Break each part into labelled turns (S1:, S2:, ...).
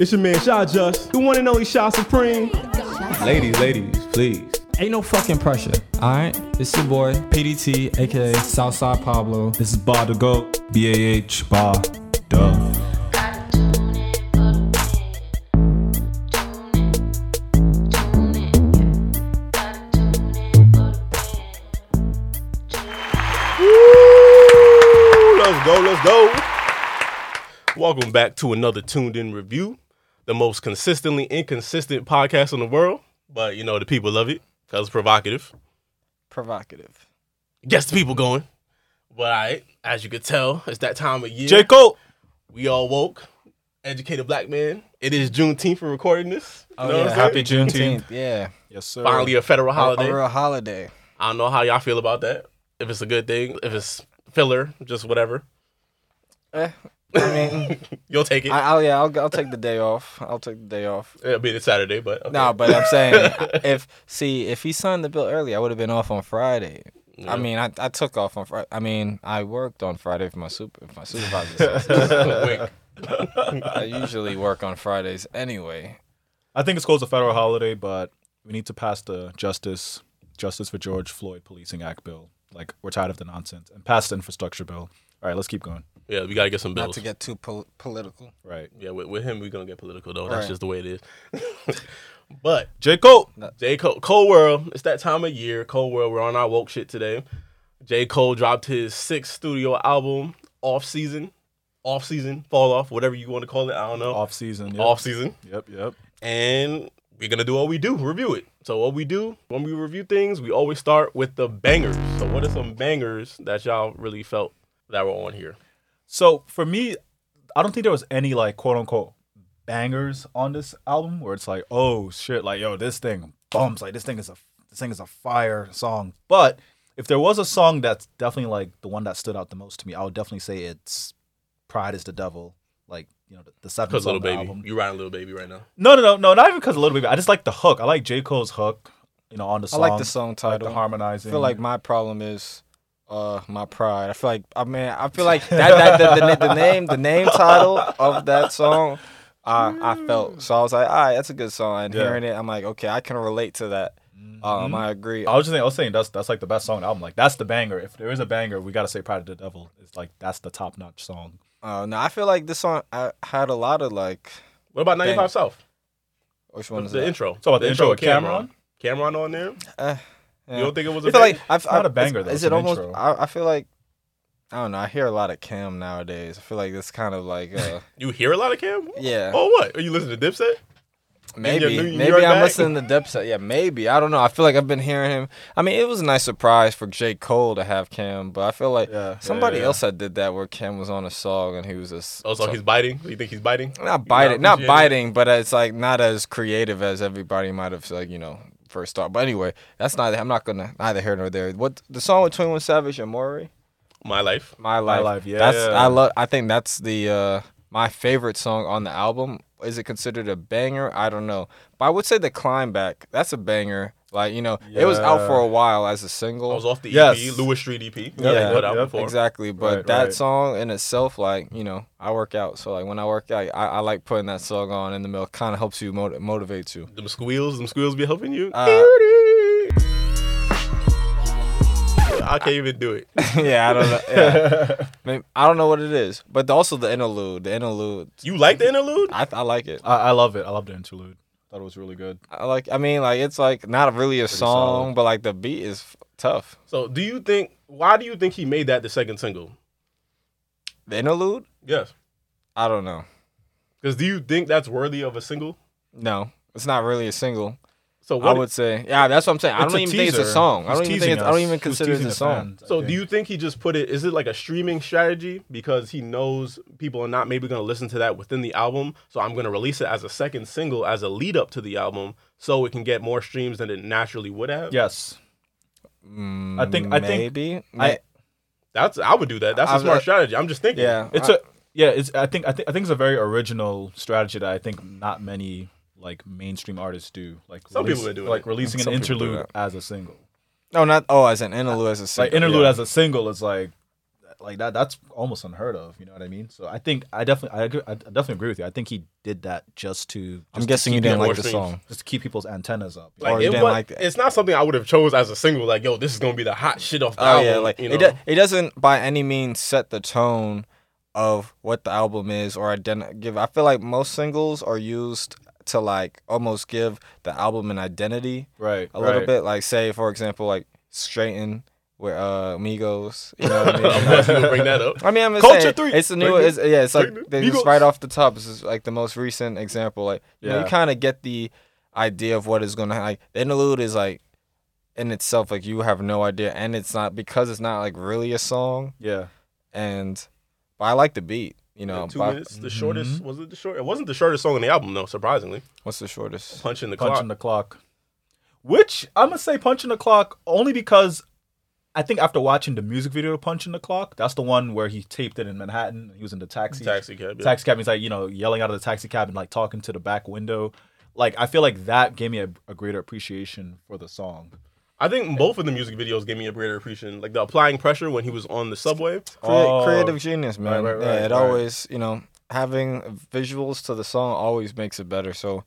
S1: It's your man Shaw Just, the one and only Shaw Supreme.
S2: Ladies, ladies, please.
S3: Ain't no fucking pressure. All right, it's your boy PDT, aka Southside Pablo.
S2: This is Bar to Go, B A H Bar Duh.
S4: Woo! Let's go, let's go. Welcome back to another tuned in review, the most consistently inconsistent podcast in the world. But you know, the people love it because it's provocative.
S5: Provocative.
S4: Gets the people going. But all right, as you could tell, it's that time of year.
S2: J. Cole.
S4: We all woke, educated black man. It is Juneteenth for recording this. You
S3: Oh,
S4: know what
S3: yeah.
S4: I'm saying?
S2: Happy Juneteenth.
S5: Yeah.
S2: Yes, sir.
S4: Finally, a federal
S5: A-
S4: holiday.
S5: A real holiday.
S4: I don't know how y'all feel about that. If it's a good thing, if it's filler, just whatever.
S5: Eh, I mean,
S4: You'll take it.
S5: I, I'll, yeah, I'll, I'll take the day off. I'll take the day off.
S4: It'll be this Saturday, but okay.
S5: No, but I'm saying if see if he signed the bill early, I would have been off on Friday. I mean, I, I took off on Friday. I mean, I worked on Friday for my super if my supervisor. says so.
S4: Wink.
S5: I usually work on Fridays anyway.
S2: I think it's called a federal holiday, but we need to pass the Justice Justice for George Floyd Policing Act bill. Like we're tired of the nonsense and pass the infrastructure bill. All right, let's keep going.
S4: Yeah, we gotta get some
S5: Not
S4: bills.
S5: to get too pol- political.
S2: Right,
S4: yeah, with, with him we gonna get political though. That's
S5: Right.
S4: just the way it is. but
S2: J Cole.
S4: J Cole, Cole World, it's that time of year. Cole World, we're on our woke shit today. J Cole dropped his sixth studio album, off season, off season, fall off, whatever you want to call it. I don't know.
S2: Off season. Yep.
S4: off season.
S2: Yep, yep.
S4: and we're gonna do what we do, review it. So what we do when we review things, we always start with the bangers. So what are some bangers that y'all really felt that were on here?
S2: So for me, I don't think there was any like quote unquote bangers on this album where it's like, oh shit, like yo, this thing bumps, like this thing is a this thing is a fire song. But if there was a song that's definitely like the one that stood out the most to me, I would definitely say it's "Pride Is the Devil." Like you know the, the seventh
S4: Because
S2: song
S4: little
S2: on the
S4: baby,
S2: album.
S4: you riding little baby right now.
S2: No, no, no, no, not even because of little baby. I just like the hook. I like J Cole's hook. You know, on the
S5: I
S2: song.
S5: like the song
S2: I like the
S5: title. I
S2: harmonizing.
S5: feel like my problem is uh my pride. I feel like I mean I feel like that, that the, the, the name the name title of that song I I felt so I was like, all right, that's a good song. And
S2: Mm. Yeah. Mm-hmm.
S5: hearing it, I'm like, okay, I can relate to that. Um, I agree.
S2: I was just saying, I was saying that's that's like the best song on the album. Like that's the banger. If there is a banger, we gotta say "Pride of the Devil." It's like that's the top notch song.
S5: Uh, no, I feel like this song I had a lot of like
S4: What about 95
S5: Bangers.
S4: South?
S5: which one is
S4: the
S5: that?
S4: intro.
S2: about the intro with
S4: Cameron on there.
S5: Eh, yeah.
S4: You don't think it was a
S5: I feel like
S4: banger?
S5: I,
S2: It's not a banger,
S5: Is,
S2: though.
S5: is
S2: It's
S5: it
S2: an
S5: almost?
S2: intro.
S5: I, I feel like I don't know. I hear a lot of Cam nowadays. I feel like it's kind of like uh,
S4: you hear a lot of Cam?
S5: yeah.
S4: Oh what? Are you listening to Dipset? your
S5: Maybe,
S4: New- New York
S5: maybe I'm
S4: bag?
S5: listening to Dipset. Yeah, maybe. I don't know. I feel like I've been hearing him. I mean, it was a nice surprise for J. Cole to have Cam, but I feel like
S2: Yeah, yeah,
S5: somebody
S2: yeah.
S5: else that did that where Cam was on a song and he was just
S4: Oh, so he's biting? You think he's biting?
S5: not biting,
S4: not
S5: not,
S4: appreciating
S5: biting,
S4: it?
S5: but it's like not as creative as everybody might have like you know first thought. But anyway, that's neither. I'm not gonna neither here nor there. What the song with Twenty One Savage and Maury?
S4: My life.
S5: My life.
S2: Life, yeah.
S5: That's I love. I think that's the uh, my favorite song on the album. Is it considered a banger? I don't know, but I would say the climb back. That's a banger. Like you know, it was out for a while as a single.
S4: I was off the
S2: Yes.
S4: EP, Lewis Street E EP.
S2: Yeah,
S4: Yeah, put out
S2: yep,
S4: before.
S5: Exactly, but
S2: Right,
S5: that
S2: right.
S5: song in itself, like you know, I work out, so like when I work out, I, I like putting that song on in the middle. Kind of helps you motiv- motivates you.
S4: Them squeals, them squeals be helping you.
S5: Uh,
S4: I can't even do it.
S5: yeah, I don't know. Yeah. Maybe, I don't know what it is, but also the interlude. The interlude,
S4: You like the interlude?
S5: I, I like it.
S2: I, I love it. I love the interlude. Thought it was really good.
S5: I like. I mean, like it's like not really a song,
S2: solid.
S5: but like the beat is f- tough.
S4: So, do you think? Why do you think he made that the second single?
S5: The interlude,
S4: Yes,
S5: I don't know.
S4: because do you think that's worthy of a single?
S5: No, it's not really a single.
S4: So
S5: I
S4: what?
S5: would say, yeah, that's what I'm saying. I
S2: It's
S5: don't
S2: a
S5: even think it's a
S2: teaser.
S5: song. I
S2: He's
S5: don't even
S2: teasing
S5: think it's, I don't
S2: us.
S5: even
S2: He was
S5: consider it
S2: teasing
S5: a
S2: the
S5: song.
S2: fans, I
S4: so do
S2: think.
S4: you think he just put it? Is it like a streaming strategy because he knows people are not maybe going to listen to that within the album? So I'm going to release it as a second single as a lead up to the album, so it can get more streams than it naturally would have.
S2: Yes.
S5: Mm,
S2: I think- I think-
S5: maybe.
S2: I-
S4: that's I would do that. That's a
S5: I've-
S4: smart strategy. I'm just thinking.
S5: yeah,
S2: It's
S5: I-
S2: a yeah. It's I think I think I think it's a very original strategy that I think not many like mainstream artists do. Like
S4: Some people would do it.
S2: like releasing an
S5: Some people do
S2: interlude
S5: that.
S2: as a single.
S5: no, not oh, as oh, an interlude as a single.
S2: Like interlude
S5: yeah.
S2: as a single is like like that that's almost unheard of. You know what I mean? So I think I definitely I, agree, I definitely agree with you. I think he did that just to just
S5: I'm
S2: to
S5: guessing you
S2: keep
S5: didn't
S2: people-
S5: like the
S4: streams.
S5: song.
S2: just to keep people's antennas up.
S5: Or
S4: Like
S5: you
S4: it
S5: didn't
S4: was,
S5: like that.
S4: it's not something I would have chose as a single. Like, yo, this is gonna be the hot shit off the album.
S5: Oh, like
S4: you
S5: it,
S4: know?
S5: do- it doesn't by any means set the tone of what the album is or identi- give. I feel like most singles are used to like almost give the album an identity
S2: right.
S5: a little bit. Like say for example, like Straighten with uh Migos. You know what I mean?
S4: I'm glad you would bring that up.
S5: I mean, I'm just
S2: Culture
S5: saying,
S2: three.
S5: It's the new.
S2: Bring it.
S5: It's, yeah, it's like
S2: Bring it.
S5: they just
S2: Migos.
S5: right off the top. This is like the most recent example. Like you, know, you
S2: Yeah.
S5: kind of get the idea of what is gonna like. The interlude is like in itself like you have no idea, and it's not because it's not like really a song.
S2: Yeah.
S5: And but I like the beat. You know,
S4: Like, two
S5: but- Mm-hmm.
S4: minutes. The shortest was it the short? It wasn't the shortest song on the album though. Surprisingly,
S5: what's the shortest?
S4: punching the
S2: Punching
S4: clock.
S2: the clock. Which I'm gonna say punching the clock only because I think after watching the music video punching the clock, that's the one where he taped it in Manhattan. He was in the taxi.
S4: Taxi cab. Yeah.
S2: Taxi cab. He's like, you know, yelling out of the taxi cab and like talking to the back window. Like I feel like that gave me a, a greater appreciation for the song.
S4: I think both of the music videos gave me a greater appreciation. Like the applying pressure when he was on the subway.
S5: Crea-
S2: Oh.
S5: creative genius, man.
S2: right,
S5: yeah,
S2: right,
S5: it
S2: right.
S5: always you know having visuals to the song always makes it better. So.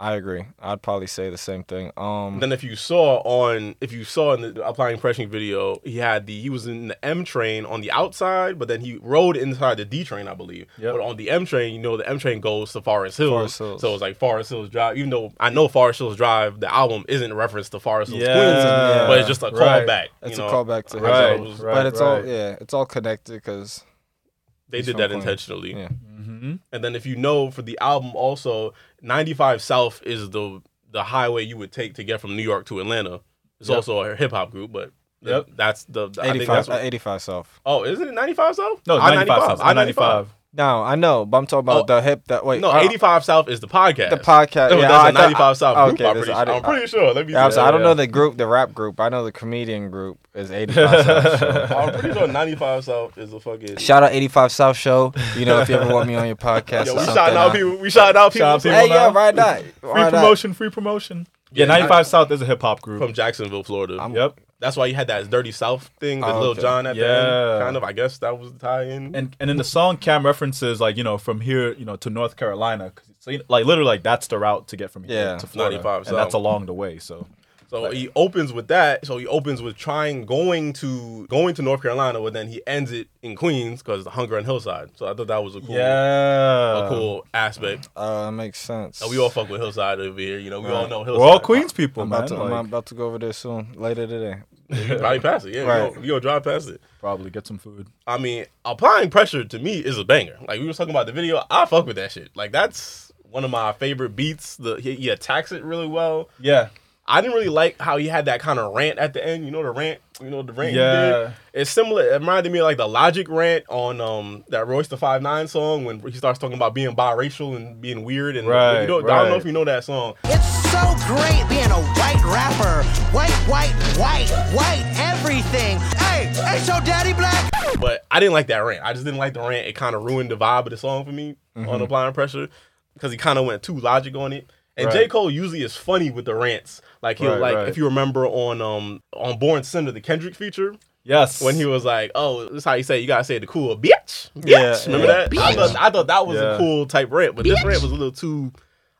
S5: I agree. I'd probably say the same thing. Um,
S4: Then if you saw on if you saw in the applying pressure video, he had the he was in the M train on the outside, but then he rode inside the D train, I believe.
S2: Yep.
S4: But on the M train, you know the M train goes to Forest Hills.
S5: Forest Hills.
S4: So it's like Forest Hills Drive. Even though I know Forest Hills Drive, the album isn't referenced to Forest Hills
S2: Yeah,
S4: Queens, but it's just a
S2: right.
S4: callback.
S5: It's
S4: you
S5: a
S4: know?
S5: callback to
S4: I
S5: his
S4: thought it
S2: album.
S4: was-
S2: Right,
S5: but it's all
S2: right.
S5: yeah, it's all connected because
S4: They
S5: He's
S4: did
S5: from
S4: that
S5: Queens.
S4: intentionally.
S5: yeah,
S2: Mm-hmm.
S4: And then if you know for the album also, 95 South is the the highway you would take to get from New York to Atlanta. It's
S2: Yep.
S4: also a hip hop group, but th-
S2: Yep.
S4: that's the I think that's
S5: 85, uh,
S4: what,
S5: 85 South.
S4: Oh, isn't it 95 South?
S2: No,
S4: I-95,
S2: 95. South,
S4: I-95.
S2: I-95.
S5: No, I know, but I'm talking about the hip that wait
S4: Oh, No,
S5: I-
S4: 85 South is the podcast.
S5: the podcast.
S4: No,
S5: yeah,
S4: that's
S5: I
S4: a
S5: thought-
S4: 95 South
S5: okay,
S4: group. I'm
S5: this-
S4: pretty,
S5: I
S4: I
S5: did-
S4: am pretty sure. Let me
S5: Yeah, I, was
S4: see.
S5: like, I don't
S2: yeah.
S5: know the group, the rap group. I know the comedian group is 85 South. Show.
S4: I'm pretty sure 95 South is a fucking.
S5: Shout out 85 South Show. You know, if you ever want me on your podcast,
S4: Yo,
S5: or
S4: we
S5: something,
S4: shouting out
S5: I-
S4: people. We shouting out people,
S2: Shout out people
S5: Hey, yeah,
S2: now.
S5: right not?
S2: Free
S5: Why not?
S2: promotion, free promotion. Yeah,
S4: Yeah,
S2: 95 South is a hip hop group.
S4: from Jacksonville, Florida.
S5: I'm-
S2: yep.
S4: That's why you had that Dirty South thing, with
S5: Oh,
S4: Lil
S5: okay.
S4: John at the
S2: Yeah.
S4: end. Kind of, I guess that was the tie-in.
S2: And and in the song, Cam references like you know from here you know to North Carolina. 'cause- So you know, like literally like that's the route to get from here
S5: Yeah.
S2: to Florida,
S4: 95
S2: and
S4: South.
S2: that's along the way. So
S4: So he opens with that. So he opens with trying going to going to North Carolina, but then he ends it in Queens because the hunger on Hillside. So I thought that was a cool,
S2: yeah,
S4: a cool aspect.
S5: Uh, that makes sense.
S4: And we all fuck with Hillside over here. You know, we all know Hillside.
S2: We're all Queens people,
S5: I'm
S2: man.
S5: about, to,
S2: like,
S5: I'm about to go over there soon, later today.
S4: You probably pass it. Yeah, we
S5: Right.
S4: gonna- we gonna drive past it.
S2: probably get some food.
S4: I mean, applying pressure to me is a banger. Like we were talking about the video, I fuck with that shit. Like that's one of my favorite beats. The he, he attacks it really well.
S2: Yeah,
S4: I didn't really like how he had that kind of rant at the end. You know the rant. You know the rant. He
S2: Yeah.
S4: did? It's similar. It reminded me of, like the Logic rant on um that Royce the Five Nine song when he starts talking about being biracial and being weird. And
S2: Right,
S4: you know, I don't know
S2: right.
S4: if you know that song.
S6: It's so great being a white rapper. White, white, white, white, everything. Hey, ain't your daddy black?
S4: But I didn't like that rant. I just didn't like the rant. It kind of ruined the vibe of the song for me
S2: Mm-hmm.
S4: on applying pressure because he kind of went too logic on it. And J
S2: Right.
S4: Cole usually is funny with the rants. Like he'll
S2: Right,
S4: like
S2: right.
S4: if you remember on um on Born Sinner the Kendrick feature
S2: yes.
S4: when he was like, "Oh, this is how you say it. you gotta say the cool bitch." bitch. Remember that? I thought I thought that was
S2: Yeah.
S4: a cool type rant, but this rant was a little too.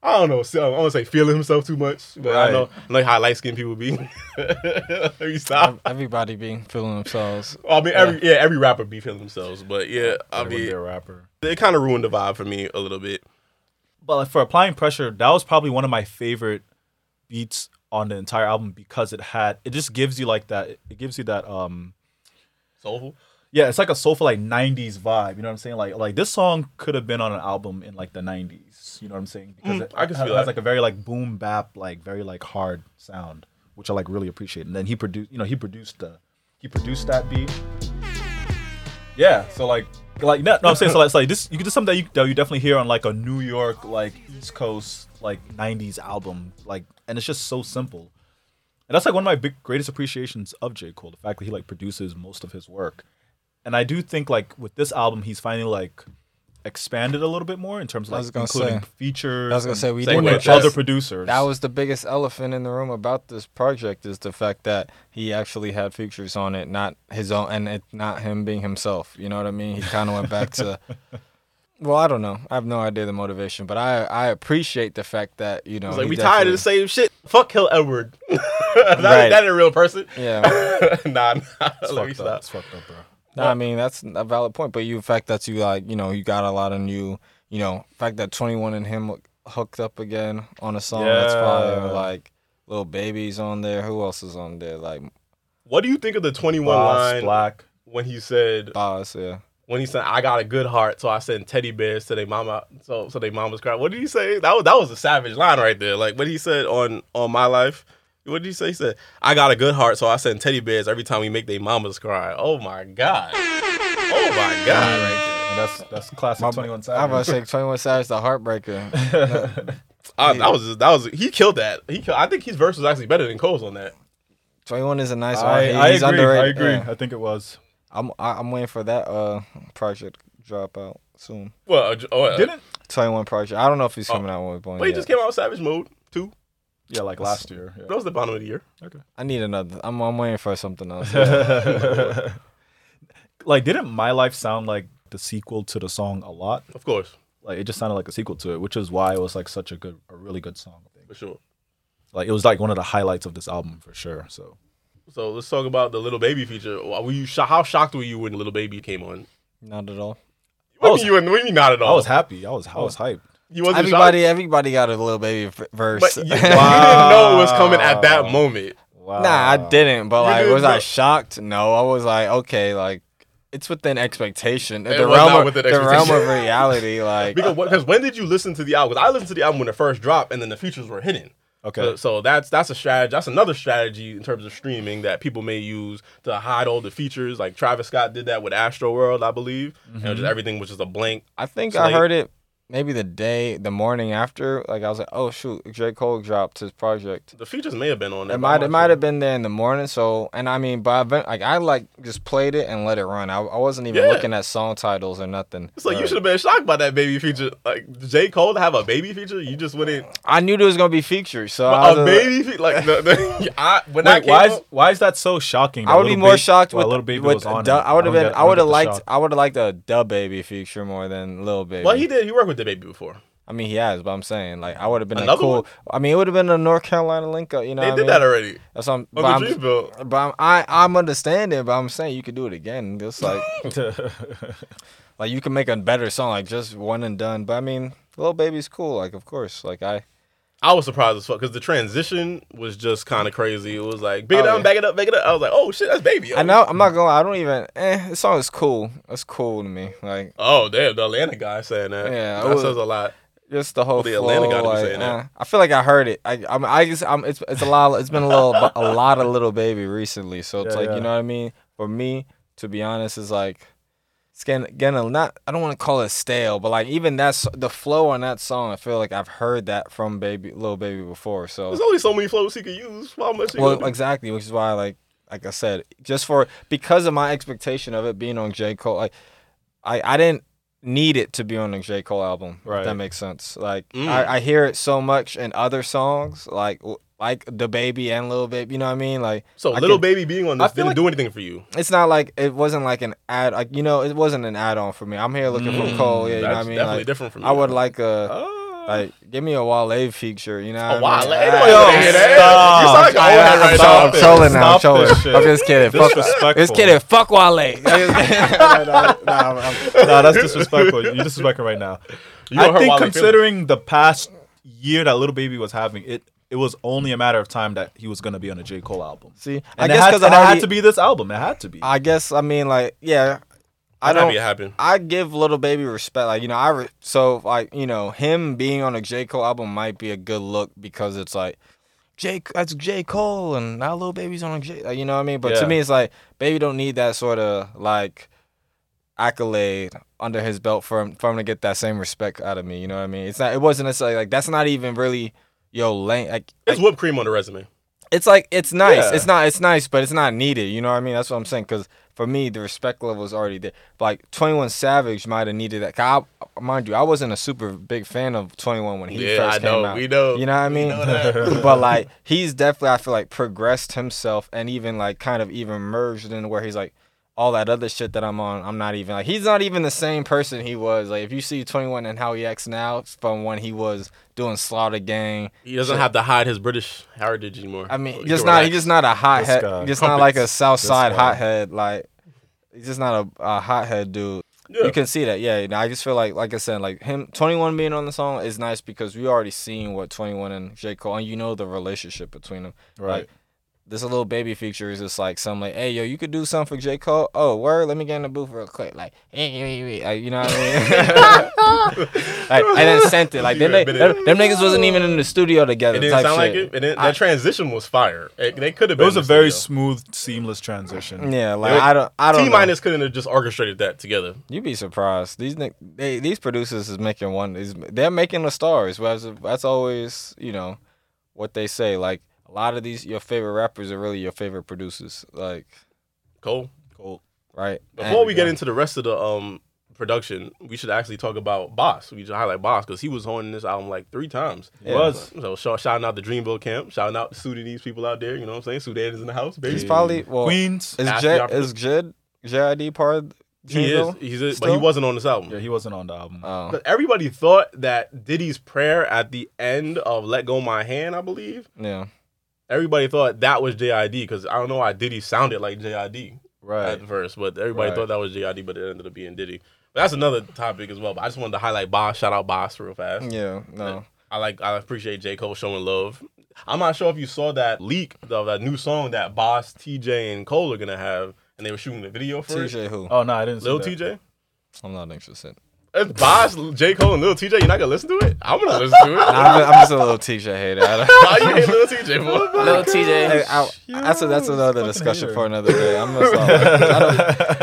S4: I don't know. So I don't want to say feeling himself too much, but I
S2: Right.
S4: know I know how light skinned people be. Let me stop.
S5: Everybody being feeling themselves.
S4: I mean, every yeah, every rapper be feeling themselves, but yeah, I
S2: Everyone be
S4: mean,
S2: a rapper.
S4: it kind of ruined the vibe for me a little bit.
S2: But like, for applying pressure, that was probably one of my favorite beats on the entire album because it had it just gives you like that. It gives you that um
S4: Soulful.
S2: Yeah, it's like a soulful like '90s vibe. You know what I'm saying? Like like this song could have been on an album in like the '90s. You know what I'm saying? Because
S4: Mm,
S2: it,
S4: I can
S2: it
S4: feel
S2: has
S4: that.
S2: like a very like boom bap, like very like hard sound, which I like really appreciate. And then he produced, you know, he produced the he produced that beat. Yeah, so like like no, no I'm saying so like, it's like this you could do something that you that you definitely hear on like a New York like East Coast like '90s album like, and it's just so simple. And that's like one of my big greatest appreciations of J. Cole, the fact that he like produces most of his work. And I do think like with this album, he's finally like expanded a little bit more in terms of
S5: I
S2: like
S5: was gonna
S2: including
S5: say-
S2: features.
S5: I was gonna
S2: and
S5: say, we
S2: saying
S4: didn't
S2: with
S4: address-
S2: other producers.
S5: That was the biggest elephant in the room about this project is the fact that he actually had features on it, not his own, and it not him being himself. You know what I mean? He kind of went back to. Well, I don't know. I have no idea the motivation, but I I appreciate the fact that you know
S4: It's like
S5: Oh, he
S4: we tired of the
S5: definitely-
S4: same shit. Fuck Hill Edward. that,
S5: Right.
S4: that ain't a real person.
S5: Yeah,
S4: nah, nah.
S2: It's
S4: Let me
S2: fucked
S4: stop.
S2: up. It's fucked up, bro.
S5: No, I mean that's a valid point, but you in fact that you like you know you got a lot of new you know fact that Twenty One and him hooked up again on a song that's fire
S2: Yeah.
S5: like little babies on there. Who else is on there? Like
S4: What do you think of the 21
S2: Boss,
S4: line
S2: Black.
S4: when he said
S5: Boss, yeah.
S4: when he said I got a good heart, so I sent teddy bears to their mama so so they mama's cry. What did he say? That was that was a savage line right there. Like what he said on on my life. What did he say? He said, I got a good heart, so I send teddy bears every time we make they mamas cry. Oh my God. Oh my God right there.
S2: And that's that's classic Twenty One
S5: I'm about
S2: Savage.
S5: to say 21 Savage, the heartbreaker.
S4: Uh, that was that was he killed that. He killed, I think his verse was actually better than Cole's on that.
S5: 21 is a nice one.
S2: I,
S5: He-
S2: I
S5: he's
S2: agree.
S5: underrated.
S2: I agree.
S5: Yeah.
S2: I think it was.
S5: I'm I- I'm waiting for that uh project drop out soon.
S4: Well, uh, oh, uh,
S2: Didn't?
S5: 21 project. I don't know if he's coming out with one.
S4: But Oh. he
S5: yet.
S4: just came out with Savage Mode too.
S2: Yeah, like last year. yeah.
S4: That was the bottom of the year.
S5: I need another. I'm I'm waiting for something else.
S2: Like, didn't My Life sound like the sequel to the song a lot?
S4: Of course,
S2: Like, it just sounded like a sequel to it, which is why it was like such a good, a really good song. I think.
S4: for sure.
S2: Like, it was like one of the highlights of this album for sure. So,
S4: So let's talk about the little baby feature. Were you sho- how shocked were you when little baby came on?
S5: Not at all.
S4: What
S2: was-
S4: were you and what do you mean not at all?
S2: I was happy. I was, I was hyped.
S4: you wasn't
S5: Everybody everybody got a little baby v- verse.
S4: shocked, but you, you didn't know it was coming at that moment.
S2: Wow.
S5: Nah, I didn't. But like,
S4: didn't
S5: was
S4: know-
S5: I shocked? No, I was like, okay, like it's within expectation. the
S4: was
S5: realm
S4: not
S5: of,
S4: within
S5: the realm of
S4: expectation.
S5: reality. Like
S4: Because because when did you listen to the album? 'Cause I listened to the album when it first dropped, and then the features were hidden.
S2: Okay.
S4: So, so that's that's a strategy. That's another strategy in terms of streaming that people may use to hide all the features. Like Travis Scott did that with Astro World, I believe. And just everything was just a blank.
S5: I think
S4: So,
S5: I
S4: like-
S5: heard it maybe the day, the morning after. Like I was like, oh shoot, J Cole dropped his project.
S4: The features may have been on there.
S5: It
S4: but I'm
S5: might it
S4: not
S5: might
S4: sure.
S5: have been there in the morning. So and I mean, by event, like I like just played it and let it run. I, I wasn't even
S4: Yeah.
S5: looking at song titles or nothing.
S4: It's like you
S5: Right.
S4: should have been shocked by that baby feature. Like J Cole to have a baby feature, you just wouldn't.
S5: I knew there was gonna be features, so I was
S4: A
S5: like-
S4: baby feature, like the, the, I, when I
S2: Wait,
S4: came
S2: why is
S4: up-
S2: why is that so shocking? that
S5: I would be
S2: Lil
S5: more
S2: Baby-
S5: shocked
S2: why
S5: with,
S2: Lil Baby
S5: with
S2: was on
S5: Du-
S2: it.
S5: I would have
S2: don't
S5: been.
S2: get-
S5: I would have
S2: don't get the
S5: liked.
S2: shock.
S5: I would have liked a Dub Baby feature more than Lil Baby.
S4: well, he did. He worked with the baby before.
S5: I mean, he has, but I'm saying like I would have been a
S4: Another
S5: cool.
S4: one?
S5: I mean, it would have been a North Carolina link up. You know,
S4: They
S5: what I
S4: did
S5: mean?
S4: that already.
S5: That's what I'm, but
S4: Uncle
S5: I'm,
S4: Dreamville.
S5: but I'm, I, I'm understanding. But I'm saying you could do it again. Just like, like you can make a better song, like just one and done. But I mean, Lil Baby's cool. Like, of course, like I,
S4: I was surprised as fuck because the transition was just kind of crazy. It was like, big it
S5: Oh,
S4: down,
S5: yeah.
S4: back it up, back it up. I was like, oh shit, that's baby.
S5: I know I'm not gonna. lie, I don't even. Eh, this song is cool. It's cool to me. Like
S4: Oh damn, the Atlanta guy saying that.
S5: Yeah, I
S4: that
S5: was-
S4: says a lot.
S5: just the whole.
S4: the Atlanta
S5: flow,
S4: guy to be
S5: like,
S4: saying that.
S5: uh, I feel like I heard it. I, I'm, I just, I'm. It's, it's a lot. It's been a little, a lot of Little Baby recently. So it's
S2: Yeah,
S5: like,
S2: yeah.
S5: you know what I mean. For me, to be honest, is like. it's getting getting not I don't want to call it stale, but like even that's the flow on that song. I feel like I've heard that from baby little baby before.
S4: There's
S5: So
S4: only so many flows he could use. How much? he
S5: well,
S4: gonna do?
S5: exactly, which is why like like I said, just for because of my expectation of it being on J Cole, like I I didn't need it to be on a J Cole album. If that
S2: Right.
S5: makes sense. Like
S4: Mm.
S5: I, I hear it so much in other songs, like like the baby and little baby. You know what I mean? Like
S4: so
S5: I
S4: little
S5: can-
S4: baby being on this
S2: feel
S4: didn't
S2: like-
S4: do anything for you.
S5: it's not like it wasn't like an add like you know it wasn't an add on for me. I'm here looking for Cole. Yeah, you know what I
S4: Mm. That's
S5: mean.
S4: definitely
S5: Like,
S4: different from
S5: I
S4: you.
S5: would like a like give me a Wale feature. You know
S4: Oh,
S5: what
S4: wow,
S5: I mean?
S4: ain't
S5: Ah,
S4: nobody wanna hear that. You sound like an old head
S5: I'm,
S4: right
S5: tro-
S4: now.
S5: I'm trolling now. I'm
S2: Stop
S5: trolling.
S2: this shit.
S5: I'm just kidding. Fuck,
S2: Disrespectful.
S5: just kidding. Fuck Wale.
S2: nah, that's disrespectful. You're disrespecting right now.
S4: You don't
S2: I
S4: hurt
S2: think
S4: Wale
S2: considering the past year that Little Baby was having, it it was only a matter of time that he was gonna be on a J Cole album.
S5: See, I
S2: and I
S5: guess
S2: guess
S5: 'cause
S2: because
S5: I
S2: it had
S5: already-
S2: to be this album. It had to be.
S5: I guess I mean like yeah. I
S4: I'm happy
S5: don't.
S4: it happened.
S5: I give little baby respect. Like you know, I re- so like you know him being on a J Cole album might be a good look because it's like J that's J Cole and now little baby's on a J. Like, you know what I mean? But to
S2: Yeah.
S5: me, it's like baby don't need that sort of like accolade under his belt for him, for him to get that same respect out of me. You know what I mean? It's not. It wasn't necessarily like that's not even really yo lane. Like
S4: It's whipped cream on the resume.
S5: it's like it's nice.
S4: Yeah.
S5: It's not. It's nice, but it's not needed. You know what I mean? That's what I'm saying. Because for me, the respect level is already there. Like 21 Savage might have needed that. 'Cause I, mind you, I wasn't a super big fan of 21 when he
S4: Yeah,
S5: first
S4: I
S5: came
S4: know,
S5: out.
S4: we know,
S5: You know what I mean? but like, he's definitely, I feel like, progressed himself and even like kind of even merged in where he's like, all that other shit that I'm on, I'm not even like he's not even the same person he was. Like if you see 21 and how he acts now from when he was doing Slaughter Gang,
S4: He doesn't have to hide his British heritage anymore.
S5: I mean,
S4: He
S5: just
S4: can
S5: not
S4: relax.
S5: he's just not a hothead.
S2: guy.
S5: Just not like a South Side
S2: guy.
S5: hothead. Like he's just not a, a hothead dude.
S4: Yeah.
S5: You can see that, yeah. You know, I just feel like, like I said, like him, Twenty One being on the song is nice because we already seen what Twenty One and J Cole, and you know the relationship between them.
S2: Right.
S5: Like, this little baby feature is just like some like, hey yo, you could do something for J Cole. Oh word, let me get in the booth real quick. Like, like, you know what I mean? like, and then sent it. Like them,
S4: Even
S5: them,
S4: a bit of-
S5: them niggas wasn't even in the studio together.
S4: It didn't
S5: type
S4: sound like
S5: shit.
S4: it. it didn't, that transition was fire. It, they could have.
S2: It was a very smooth, seamless transition.
S5: Yeah, like
S4: It-
S5: I don't, I don't.
S4: T
S5: know.
S4: minus couldn't have just orchestrated that together.
S5: You'd be surprised. These ni- they, these producers is making one. Is they're making the stars. Whereas that's always you know what they say. Like a lot of these your favorite rappers are really your favorite producers. Like
S4: Cool.
S2: Cool.
S5: right.
S4: Before
S5: And- uh,
S4: we get into the rest of the um production, we should actually talk about Boss. We should highlight Boss because he was on this album like three times.
S5: Yeah.
S2: Was
S4: So shout, shouting out the Dreamville camp, shouting out Sudanese people out there. You know what I'm saying? Sudan is in the house, baby.
S5: he's probably well.
S2: Queens.
S5: Is
S4: Ask
S5: Jed
S4: the
S5: is Jed JID part of
S4: he is.
S5: Dreamville
S4: He's a, but he
S5: still?
S4: wasn't on this album.
S2: Yeah, he wasn't on the album.
S5: Oh
S4: Because everybody thought that Diddy's prayer at the end of "Let Go My Hand," I believe,
S5: yeah.
S4: everybody thought that was JID because I don't know why Diddy sounded like JID
S2: right.
S4: at first, but everybody
S2: Right.
S4: thought that was JID, but it ended up being Diddy. But that's another topic as well. But I just wanted to highlight Boss. Shout out Boss real fast.
S5: Yeah. No.
S4: I like. I appreciate J Cole showing love. I'm not sure if you saw that leak of that new song that Boss, TJ, and Cole are gonna have, and they were shooting the video for it.
S5: TJ who?
S2: Oh no, I didn't. see
S4: Lil
S2: that.
S4: TJ.
S5: I'm not interested.
S4: It's Boss, J Cole, and Lil TJ. You're not gonna listen to it? I'm gonna listen to it.
S5: I'm, just, I'm just a little TJ hater. I don't-
S4: Why you hate Lil TJ boy?
S7: Little TJ.
S5: Hey, I, that's a, that's another discussion for another day. I'm gonna stop.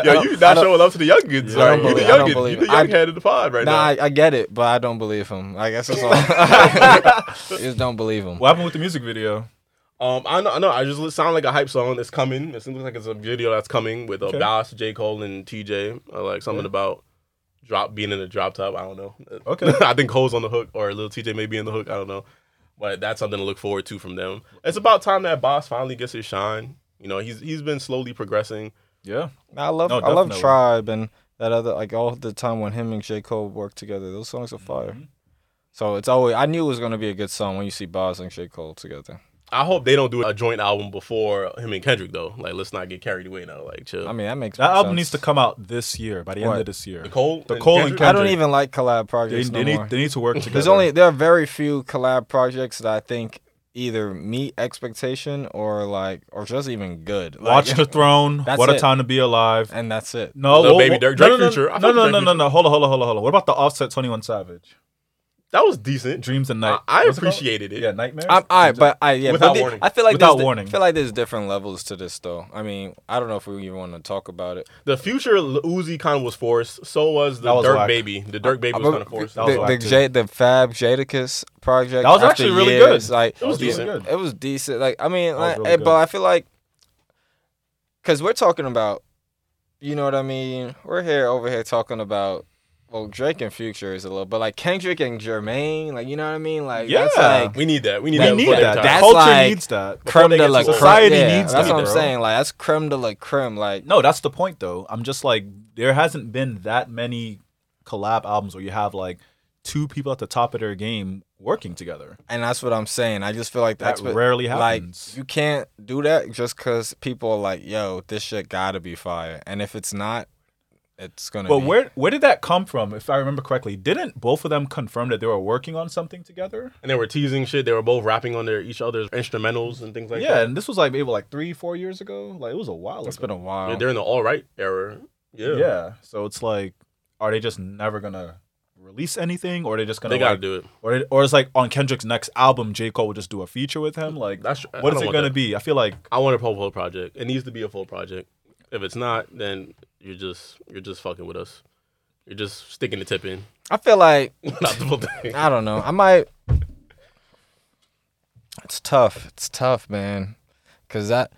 S4: Yo, you not showing love to the young kids.
S5: I
S4: right?
S5: don't
S4: You the
S5: believe- I
S4: young
S5: don't
S4: kid. You
S5: believe
S4: the
S5: it.
S4: young
S5: I-
S4: head of the pod right
S5: Nah,
S4: now.
S5: I, I get it, but I don't believe him. I guess that's all. I just don't believe him.
S2: What happened with the music video?
S4: Um, I know, I know. I just li- sound like a hype song that's coming. It seems like it's a video that's coming with uh,
S2: Okay.
S4: Nas, J Cole, and TJ. Uh, like something about drop being in a drop top. I don't know.
S2: Okay.
S4: I think Cole's on the hook, or Lil TJ may be in the hook. I don't know. But that's something to look forward to from them. It's about time that Boss finally gets his shine. You know, he's he's been slowly progressing.
S2: Yeah.
S5: I love
S2: No,
S5: I love
S2: definitely.
S5: Tribe and that other like all the time when him and J Cole worked together. Those songs are fire.
S2: Mm-hmm.
S5: So it's always I knew it was gonna be a good song when you see Boz and J Cole together.
S4: I hope they don't do a joint album before him and Kendrick though. Like, let's not get carried away now. Like, chill.
S5: I mean that makes
S2: That
S5: sense.
S2: album needs to come out this year, by the end
S5: What?
S2: of this year.
S4: The Cole
S2: the
S4: and
S2: Cole and
S4: Kendrick?
S2: Kendrick.
S5: I don't even like collab
S2: They,
S5: projects
S2: they
S5: no
S2: need
S5: more.
S2: they need to work together.
S5: There's only there are very few collab projects that I think either meet expectation or like or just even good.
S2: Watch
S5: Like,
S2: the Throne.
S5: That's
S2: What a
S5: it.
S2: time to be alive.
S5: and that's it.
S2: No,
S4: Lil
S2: whoa,
S4: Baby
S2: whoa.
S4: Dirk-
S2: No,
S4: Drake
S2: no, no,
S4: Future. I
S2: No,
S4: fuck
S2: no,
S4: with
S2: no,
S4: Drake
S2: no, no. Hold on, hold on, hold on, hold on. What about the Offset Twenty One Savage?
S4: that was decent.
S2: Dreams and
S4: I,
S2: Night.
S4: I
S2: What's it called?
S4: appreciated it.
S2: Yeah, Nightmares.
S5: I'm, all right, but I yeah,
S4: Without
S5: but the-
S4: warning.
S5: I feel like
S2: Without
S5: there's, di-
S2: warning.
S5: I feel like there's different levels to this though. I mean, I don't know if we even want to talk about it.
S4: The future Lil Uzi kind of was forced. So was the
S2: That was
S4: Dirk
S2: whack.
S4: Baby. The Dirk Baby was
S5: But
S4: kind of forced.
S5: the,
S2: was
S5: the,
S2: whack, too.
S5: J, the Fab Jadakiss project
S2: That was
S5: after
S2: actually really
S5: years,
S2: good.
S5: Like
S4: That was
S5: yeah,
S4: decent.
S5: It was decent. Like I mean,
S2: That
S5: like,
S2: was really
S5: eh,
S2: good.
S5: but I feel like because we're talking about, you know what I mean? We're here over here talking about. Well, Drake and Future is a little, but like Kendrick and Jermaine, like you know what I mean? Like that's
S2: Yeah.
S5: like
S4: we need that. We need
S2: we
S4: that.
S2: need
S4: before they
S2: that.
S4: retire.
S5: That's
S2: Culture
S5: like-
S2: needs that.
S5: creme
S4: they
S5: de
S4: get
S5: la
S4: to
S5: creme.
S2: society
S5: yeah,
S2: needs
S5: That's
S2: that,
S5: what I'm
S2: bro.
S5: saying. Like that's creme de la creme. Like
S2: No, that's the point though. I'm just like there hasn't been that many collab albums where you have like two people at the top of their game working together.
S5: And that's what I'm saying. I just feel like
S2: That
S5: that's
S2: rarely happens.
S5: Like you can't do that just because people are like, "Yo, this shit gotta be fire," and if it's not, it's gonna.
S2: But
S5: be.
S2: where where did that come from? If I remember correctly, didn't both of them confirm that they were working on something together?
S4: And they were teasing shit. They were both rapping on their each other's instrumentals and things like
S2: yeah,
S4: that.
S2: and this was like maybe like three, four years ago. Like it was a while.
S5: it's
S2: ago.
S5: been a while.
S4: They're in the all right era. Yeah.
S2: yeah. So it's like, are they just never gonna release anything, or are they just gonna
S4: They gotta
S2: like-
S4: do it.
S2: or or it's like on Kendrick's next album, J Cole will just do a feature with him. Like
S4: That's- I
S2: what is
S4: don't
S2: it
S4: want
S2: gonna
S4: that.
S2: be? I feel like
S4: I want a full full project. It needs to be a full project. If it's not, then you're just you're just fucking with us. You're just sticking the tip in.
S5: I feel like
S4: Not the full thing.
S5: I don't know. I might. It's tough. It's tough, man. Cause that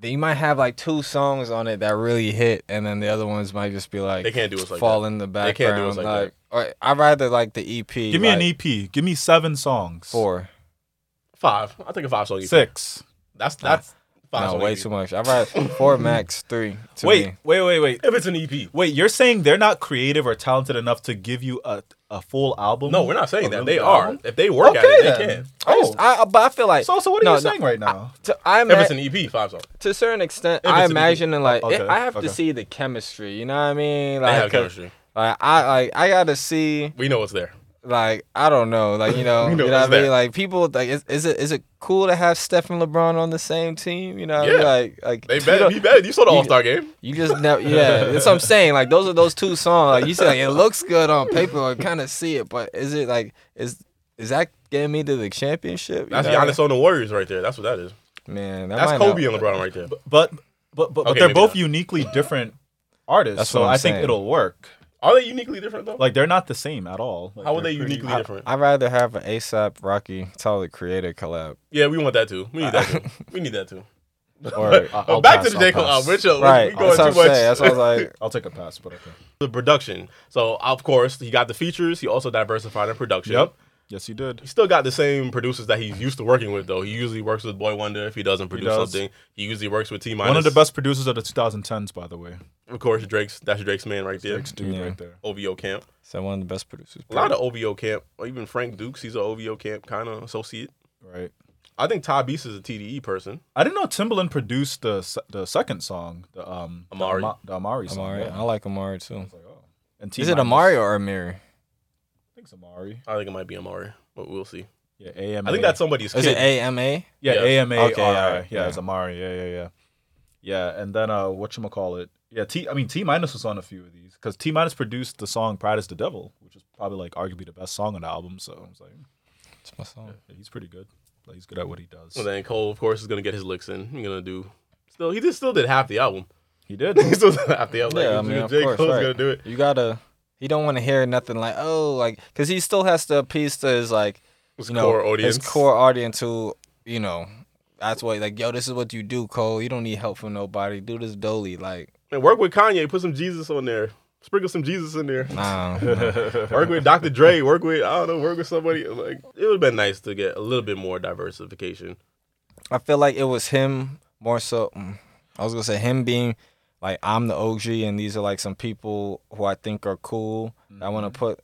S5: they- you might have like two songs on it that really hit, and then the other ones might just be like
S4: They can't do us like
S5: fall
S4: that.
S5: in the
S4: They
S5: background.
S4: can't do us like that.
S5: Or I'd rather like the EP.
S2: Give me an E
S5: like,
S2: EP. Give me seven songs.
S5: Four.
S4: Five. I think a five song EP.
S2: Six.
S4: That's that's five
S5: No,
S4: song
S5: way
S4: EP.
S5: too much. I'd rather four max, three. To
S2: Wait,
S5: me.
S2: wait, wait, wait.
S4: If it's an E EP.
S2: Wait, you're saying they're not creative or talented enough to give you a, a full album?
S4: No, we're not saying that.
S2: really
S4: They
S2: good
S4: are.
S2: album?
S4: If they work
S2: Oh, Okay,
S4: at it, they
S2: then.
S4: can.
S5: I just, I, uh, but I feel like
S2: So, so what are
S5: no,
S2: you
S5: no,
S2: saying right now?
S5: To, I'm
S4: If it's an EP, five song.
S5: to a certain extent,
S4: If
S5: I
S4: it's an EP.
S5: imagine it like
S2: Okay,
S5: it- I have
S2: okay.
S5: to see the chemistry. You know what I mean?
S4: They
S5: Like,
S4: have
S5: 'cause,
S4: chemistry.
S5: like I like I gotta see
S4: We know it's there.
S5: like I don't know like you know
S4: We
S5: you
S4: know
S5: know, what
S4: it's
S5: I mean
S4: there.
S5: like people like is, is it is it cool to have Steph and LeBron on the same team? You know what I mean?
S4: Yeah.
S5: like like
S4: They
S5: you don't-
S4: bet. You bet. You saw the All Star game.
S5: You just never, yeah. That's what I'm saying. Like those are those two songs. Like you said, like, it looks good on paper. I kind of see it, but is it like is is that getting me to the championship? You
S4: That's
S5: know?
S4: Giannis on the Warriors right there. That's what that is.
S5: Man, that
S4: That's
S5: might
S4: Kobe
S5: Not,
S4: on LeBron right there.
S2: But but but, but
S4: Okay,
S2: they're
S4: maybe
S2: both
S4: not.
S2: uniquely different artists.
S5: That's
S2: so
S5: what I'm
S2: I
S5: saying.
S2: think it'll work.
S4: Are they uniquely different though?
S2: Like they're not the same at all. Like,
S4: how are
S2: they're
S4: they
S2: pretty-
S4: uniquely different?
S5: I'd rather have an ASAP Rocky Tyler Creator collab.
S4: yeah, we want that too. We need that too. We need that too.
S5: Or
S2: I-
S4: But
S2: Uh, I'll
S4: back
S2: pass,
S4: to the
S2: I'll
S4: J Cole
S2: pass.
S4: album. We're chill.
S5: right,
S4: We going
S5: that's what I'm
S4: too much.
S5: saying. That's what I was like.
S2: I'll take a pass, but okay.
S4: the production. So of course he got the features. He also diversified in production.
S2: Yep. Yes, you did.
S4: He still got the same producers that he's used to working with though. He usually works with Boy Wonder if he doesn't produce
S2: does.
S4: something. He usually works with T minus.
S2: One of the best producers of the 2010s, by the way.
S4: Of course, Drake's. That's Drake's man right there.
S2: Next dude
S5: Yeah.
S2: right there.
S4: OVO camp.
S5: So one of the best producers.
S4: A lot of OVO camp. Or even Frank Dukes. He's an OVO camp kind of associate.
S2: Right.
S4: I think Ty Beast is a TDE person.
S2: I didn't know Timbaland produced the se- the second song, the um the
S4: Amari.
S2: Ama- the Amari song.
S5: Amari, uh-huh.
S2: yeah.
S5: I like Amari too.
S2: It's like, oh. And
S5: Is it
S2: T-minus.
S5: Amari or Amiri?
S2: I think it's Amari.
S4: I think it might be Amari, but we'll see.
S2: Yeah, AMA.
S4: I think that's somebody's
S5: Is
S4: kid.
S5: it AMA?
S2: Yeah,
S4: Yeah.
S2: AMA.
S5: Okay,
S2: RI.
S5: alright,
S2: Yeah,
S5: yeah.
S2: it's Amari. Yeah, yeah, yeah. Yeah, and then uh whatchamacallit. Yeah, T I mean T minus was on a few of these because T minus produced the song Pride is the Devil, which is probably like arguably the best song on the album. So I was like, "Hmm,
S5: It's my song.
S2: yeah, he's pretty good. Like he's good at what he does.
S4: And then Cole, of course, is gonna get his licks in. He's gonna do. Still, he just still did half the album.
S2: He did.
S4: he still did half the album.
S5: Yeah,
S4: like,
S5: I mean, of
S4: J.
S5: course,
S4: Cole's
S5: right.
S4: gonna do it.
S5: You gotta. He don't want to hear nothing like oh like because he still has to appease to his like
S4: His
S5: you know
S4: core audience.
S5: his core audience who you know that's what like yo this is what you do Cole you don't need help from nobody do this dolly like
S4: And work with Kanye. Put some Jesus on there. Sprinkle some Jesus in there.
S5: nah, nah.
S4: work with Dr. Dre. Work with I don't know. Work with somebody. Like it would have been nice to get a little bit more diversification.
S5: I feel like it was him more so mm, I was gonna say him being like I'm the OG and these are like some people who I think are cool that I
S4: Mm-hmm.
S5: want to put